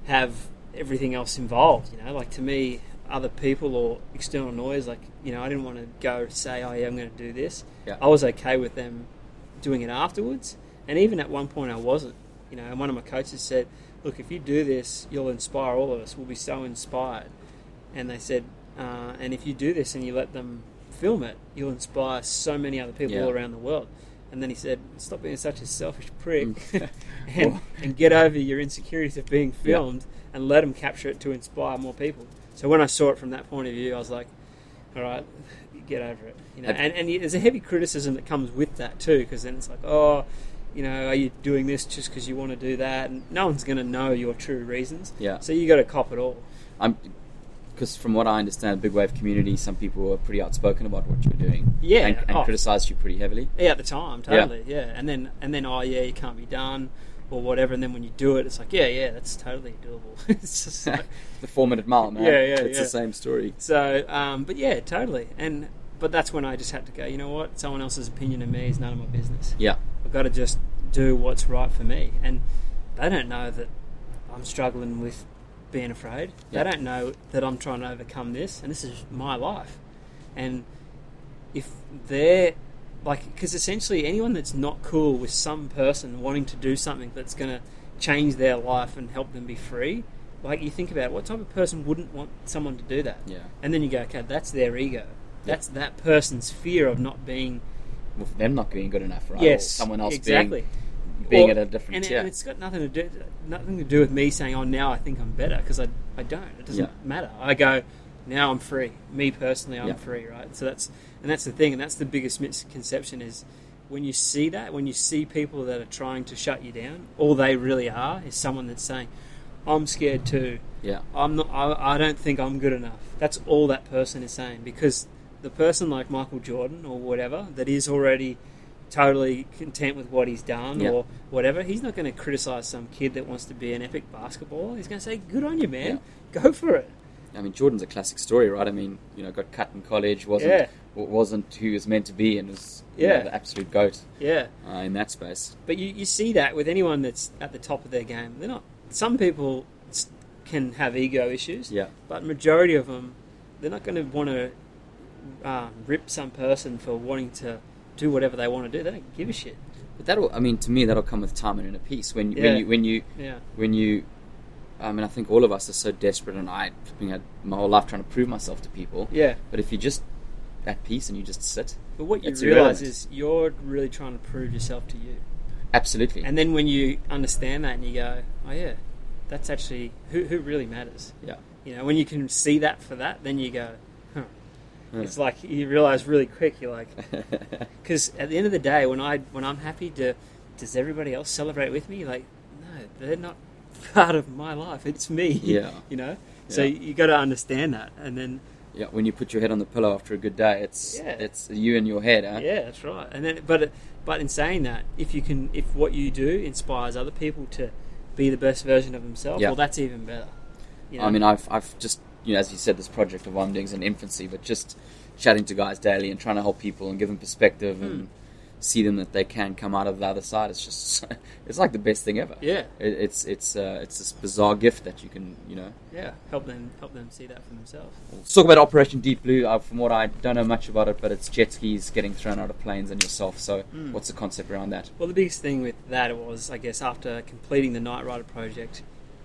Speaker 2: have everything else involved. You know, like to me, other people or external noise, like you know, I didn't want to go say, "Oh yeah, I'm going to do this."
Speaker 3: Yeah.
Speaker 2: I was okay with them doing it afterwards, and even at one point, I wasn't. You know, and one of my coaches said, "Look, if you do this, you'll inspire all of us. We'll be so inspired." And they said, uh, "And if you do this and you let them film it, you'll inspire so many other people
Speaker 3: Yeah.
Speaker 2: all around the world." And then he said, "Stop being such a selfish prick."
Speaker 3: Mm.
Speaker 2: and, and get over your insecurities of being filmed and let them capture it to inspire more people. So when I saw it from that point of view, I was like, all right, get over it. You know,
Speaker 3: Have-
Speaker 2: and, and there's a heavy criticism that comes with that too, because then it's like, oh, you know, are you doing this just because you want to do that? And no one's going to know your true reasons.
Speaker 3: Yeah.
Speaker 2: So you got to cop it all.
Speaker 3: I'm because from what I understand, the big wave community, some people were pretty outspoken about what you were doing.
Speaker 2: Yeah,
Speaker 3: and, and
Speaker 2: oh.
Speaker 3: criticized you pretty heavily.
Speaker 2: Yeah, at the time,
Speaker 3: Yeah.
Speaker 2: totally. Yeah. and then and then oh yeah, you can't be done or whatever. And then when you do it, it's like yeah, yeah, that's totally doable. it's just like,
Speaker 3: the foreman at Mile, man.
Speaker 2: Yeah, yeah,
Speaker 3: It's
Speaker 2: yeah.
Speaker 3: the same story.
Speaker 2: so, um, but yeah, totally. And but that's when I just had to go. You know what? Someone else's opinion of me is none of my business.
Speaker 3: Yeah,
Speaker 2: I've got to just do what's right for me. And they don't know that I'm struggling with being afraid.
Speaker 3: Yeah.
Speaker 2: They don't know that I'm trying to overcome this, and this is my life. And if they're like, because essentially anyone that's not cool with some person wanting to do something that's going to change their life and help them be free, like you think about it, what type of person wouldn't want someone to do that?
Speaker 3: yeah.
Speaker 2: And then you go, okay, that's their ego. That's that person's fear of not being
Speaker 3: Well, for them not being good enough, right? Or
Speaker 2: yes,
Speaker 3: someone else
Speaker 2: exactly.
Speaker 3: being being
Speaker 2: Or-
Speaker 3: at a different
Speaker 2: and, it-
Speaker 3: tier.
Speaker 2: and it's got nothing to do nothing to do with me saying, "Oh, now I think I'm better," because I, I don't. It doesn't
Speaker 3: Yeah.
Speaker 2: matter. I go, now I'm free. Me personally, I'm
Speaker 3: Yeah.
Speaker 2: free, right? So that's and that's the thing, and that's the biggest misconception is when you see that, when you see people that are trying to shut you down, all they really are is someone that's saying, "I'm scared too."
Speaker 3: yeah,
Speaker 2: I'm not. I, I don't think I'm good enough. That's all that person is saying because the person like Michael Jordan or whatever that is already totally content with what he's done
Speaker 3: Yeah.
Speaker 2: or whatever, he's not going to criticize some kid that wants to be an epic basketballer. He's going to say, "Good on you, man. Go for it."
Speaker 3: I mean, Jordan's a classic story, right? I mean, you know, got cut in college, wasn't
Speaker 2: Yeah.
Speaker 3: w- wasn't who he was meant to be, and was you know,
Speaker 2: Yeah.
Speaker 3: the absolute goat
Speaker 2: Yeah.
Speaker 3: uh, in that space.
Speaker 2: But you, you see that with anyone that's at the top of their game. They're not. Some people s- can have ego issues.
Speaker 3: Yeah,
Speaker 2: but majority of them, they're not going to want to um, rip some person for wanting to do whatever they want to do. They don't give a shit.
Speaker 3: but that'll. I mean, to me, that'll come with time and in a piece. When
Speaker 2: Yeah.
Speaker 3: when you when you
Speaker 2: Yeah,
Speaker 3: when you I mean, I think all of us are so desperate, and I, I mean, I, my whole life trying to prove myself to people.
Speaker 2: yeah.
Speaker 3: But if you just at peace and you just sit,
Speaker 2: But what you
Speaker 3: It's
Speaker 2: realize
Speaker 3: irrelevant.
Speaker 2: is you're really trying to prove yourself to you.
Speaker 3: absolutely,
Speaker 2: And then when you understand that and you go, oh yeah, that's actually who who really matters.
Speaker 3: yeah,
Speaker 2: You know, when you can see that for that, then you go, huh.
Speaker 3: Yeah.
Speaker 2: It's like you realize really quick. You're like, because at the end of the day, when I when I'm happy, do, does everybody else celebrate with me? Like, no, they're not part of my life. It's me.
Speaker 3: Yeah.
Speaker 2: you know. So
Speaker 3: Yeah.
Speaker 2: you got to understand that, and then
Speaker 3: yeah. When you put your head on the pillow after a good day, it's
Speaker 2: Yeah.
Speaker 3: it's you and your head, huh?
Speaker 2: yeah, that's right. And then, but but in saying that, if you can, if what you do inspires other people to be the best version of themselves,
Speaker 3: Yeah.
Speaker 2: well, that's even better. You know?
Speaker 3: I mean, I've I've just you know, as you said, this project of I'm doing's in infancy, but just chatting to guys daily and trying to help people and give them perspective
Speaker 2: Hmm.
Speaker 3: and see them that they can come out of the other side. It's just it's like the best thing ever.
Speaker 2: yeah,
Speaker 3: It, it's it's uh, it's this bizarre gift that you can you know
Speaker 2: yeah, help them help them see that for themselves.
Speaker 3: Let's talk about Operation Deep Blue. Uh, from what I don't know much about it, but it's jet skis getting thrown out of planes and yourself. So,
Speaker 2: Hmm.
Speaker 3: what's the concept around that?
Speaker 2: Well, the biggest thing with that was, I guess, after completing the Night Rider project,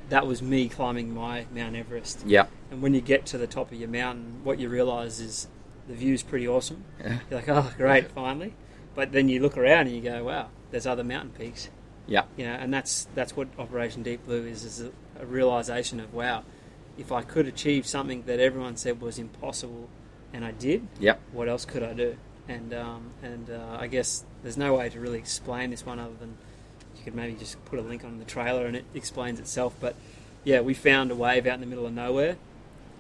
Speaker 2: that was me climbing my Mount Everest.
Speaker 3: Yeah,
Speaker 2: And when you get to the top of your mountain, what you realise is the view's pretty awesome.
Speaker 3: Yeah.
Speaker 2: You're like, oh, great, finally. But then you look around and you go, wow, there's other mountain peaks.
Speaker 3: yeah,
Speaker 2: You know, and that's that's what Operation Deep Blue is: is a, a realization of wow, if I could achieve something that everyone said was impossible, and I did,
Speaker 3: yeah,
Speaker 2: what else could I do? And um, and uh, I guess there's no way to really explain this one other than you could maybe just put a link on the trailer and it explains itself. But yeah, we found a wave out in the middle of nowhere,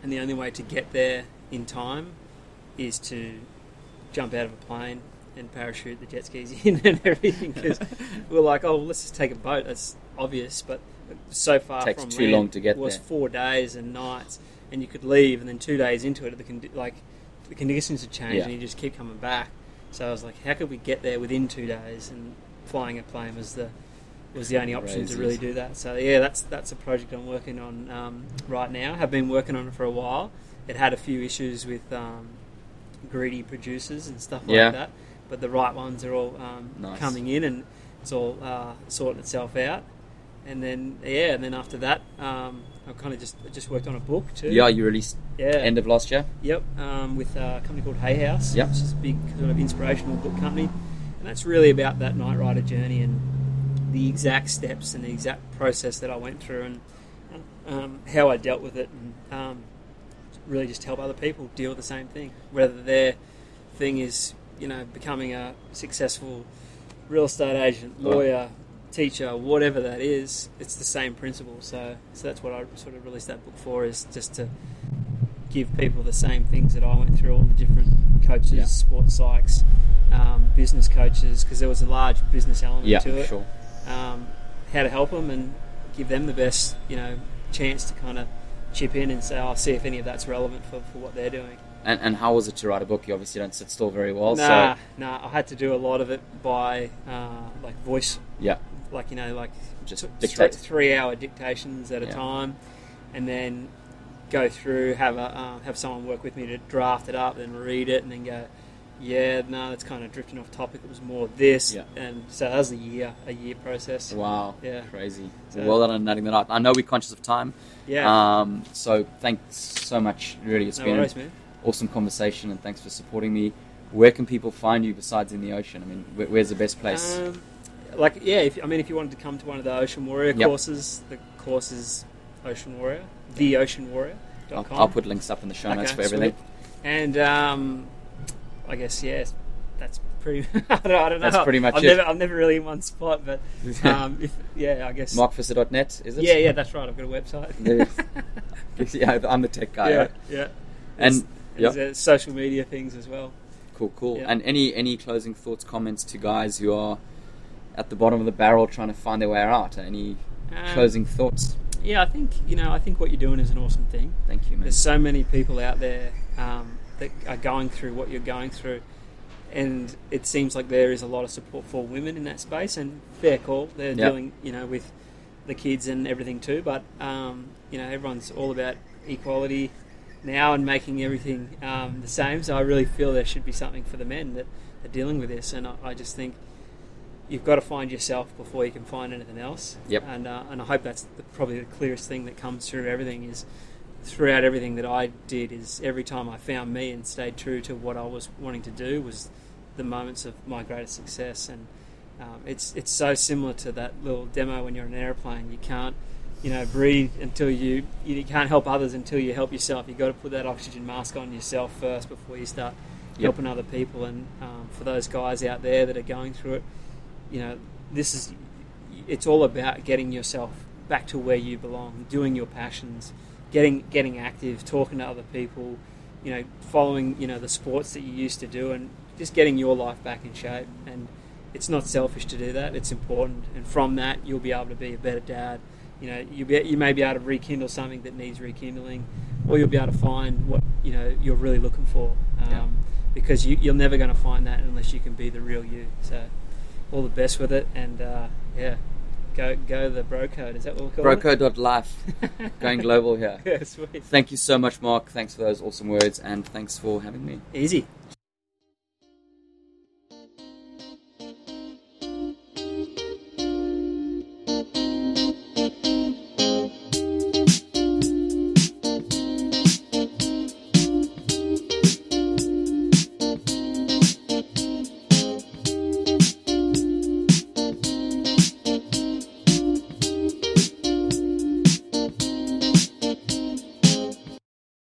Speaker 2: and the only way to get there in time is to jump out of a plane and parachute the jet skis in and everything. Because we're like, oh, let's just take a boat. That's obvious, but so far
Speaker 3: Takes
Speaker 2: from
Speaker 3: too
Speaker 2: land
Speaker 3: long to get
Speaker 2: was
Speaker 3: there.
Speaker 2: four days and nights, and you could leave, and then two days into it, the condi- like the conditions had changed,
Speaker 3: Yeah.
Speaker 2: and you just keep coming back. So I was like, how could we get there within two days? And flying a plane was the was the only option
Speaker 3: Crazy.
Speaker 2: to really do that. So yeah, that's that's a project I'm working on um, right now. Have been working on it for a while. It had a few issues with um, greedy producers and stuff
Speaker 3: Yeah.
Speaker 2: like that, but the right ones are all um,
Speaker 3: Nice.
Speaker 2: coming in, and it's all uh, sorting itself out. And then yeah, and then after that, um, I kind of just I just worked on a book too.
Speaker 3: yeah. You released
Speaker 2: yeah.
Speaker 3: end of last year.
Speaker 2: Yep, um, with a company called Hay House,
Speaker 3: Yep.
Speaker 2: which is a big sort of inspirational book company, and that's really about that night rider journey and the exact steps and the exact process that I went through and um, how I dealt with it, and um, really just help other people deal with the same thing, whether their thing is you know becoming a successful real estate agent,
Speaker 3: Right.
Speaker 2: lawyer, teacher, whatever that is, it's the same principle. So, so that's what I sort of released that book for is just to give people the same things that I went through all the different coaches,
Speaker 3: Yeah.
Speaker 2: sports psychs, um, business coaches, because there was a large business element
Speaker 3: yeah,
Speaker 2: to it.
Speaker 3: sure.
Speaker 2: Um, how to help them and give them the best, you know, chance to kind of chip in and say, "I'll see if any of that's relevant for, for what they're doing."
Speaker 3: And, and how was it to write a book? You obviously don't sit still very well.
Speaker 2: nah,
Speaker 3: So
Speaker 2: nah, I had to do a lot of it by uh, like voice
Speaker 3: yeah,
Speaker 2: like you know, like
Speaker 3: Just
Speaker 2: t-
Speaker 3: dictate.
Speaker 2: thr- three-hour dictations at a
Speaker 3: Yeah.
Speaker 2: time, and then go through have a um, have someone work with me to draft it up, then read it, and then go, yeah, no, that's kind of drifting off topic. It was more this,
Speaker 3: Yeah.
Speaker 2: and so that was a year, a year process.
Speaker 3: wow,
Speaker 2: Yeah.
Speaker 3: crazy.
Speaker 2: So-
Speaker 3: well done on nutting that up. I know we're conscious of time.
Speaker 2: Yeah,
Speaker 3: Um, so thanks so much. Really, it's
Speaker 2: no
Speaker 3: been
Speaker 2: worries, man.
Speaker 3: awesome conversation and thanks for supporting me. Where can people find you besides in the ocean? I mean, where, where's the best place?
Speaker 2: Um, like yeah, if, I mean, if you wanted to come to one of the Ocean Warrior
Speaker 3: Yep.
Speaker 2: courses, the course is Ocean Warrior, the Ocean Warrior.
Speaker 3: I'll, I'll put links up in the show notes
Speaker 2: Okay,
Speaker 3: for everything.
Speaker 2: And um, I guess yes, that's pretty. I don't, I don't know.
Speaker 3: That's pretty much
Speaker 2: I've
Speaker 3: it.
Speaker 2: Never, I'm never really in one spot, but um, if, yeah, I guess.
Speaker 3: MarkFisser.net, is it?
Speaker 2: yeah, yeah, that's right. I've got a website.
Speaker 3: Yes. Ah, yeah, I'm the tech guy.
Speaker 2: yeah,
Speaker 3: right?
Speaker 2: yeah.
Speaker 3: And
Speaker 2: There's,
Speaker 3: yeah,
Speaker 2: uh, social media things as well.
Speaker 3: cool, cool.
Speaker 2: yeah.
Speaker 3: And any any closing thoughts, comments to guys who are at the bottom of the barrel trying to find their way out? Any
Speaker 2: Um,
Speaker 3: closing thoughts?
Speaker 2: Yeah, I think you know. I think what you're doing is an awesome thing.
Speaker 3: Thank you, man.
Speaker 2: There's so many people out there um, that are going through what you're going through, and it seems like there is a lot of support for women in that space. And fair call, they're
Speaker 3: Yeah.
Speaker 2: dealing, you know, with the kids and everything too. But um, you know, everyone's all about equality now and making everything um, the same. So I really feel there should be something for the men that are dealing with this. And I, I just think you've got to find yourself before you can find anything else.
Speaker 3: Yep.
Speaker 2: And uh, and I hope that's the, probably the clearest thing that comes through everything is throughout everything that I did is every time I found me and stayed true to what I was wanting to do was the moments of my greatest success and um, it's it's so similar to that little demo when you're in an airplane you can't you know breathe until you you can't help others until you help yourself you've got to put that oxygen mask on yourself first before you start
Speaker 3: Yep.
Speaker 2: helping other people and um, for those guys out there that are going through it you know, this is it's all about getting yourself back to where you belong, doing your passions, getting getting active, talking to other people, you know, following, you know, the sports that you used to do and just getting your life back in shape and it's not selfish to do that. It's important, and from that, you'll be able to be a better dad. You know, you be, you may be able to rekindle something that needs rekindling, or you'll be able to find what you know you're really looking for. Um,
Speaker 3: Yeah.
Speaker 2: Because you, you're never going to find that unless you can be the real you. So, all the best with it, and uh, yeah, go go the bro code. Is that what we call it?
Speaker 3: Broco.life, going global here.
Speaker 2: yeah, sweet.
Speaker 3: Thank you so much, Mark. Thanks for those awesome words, and thanks for having me.
Speaker 2: Easy.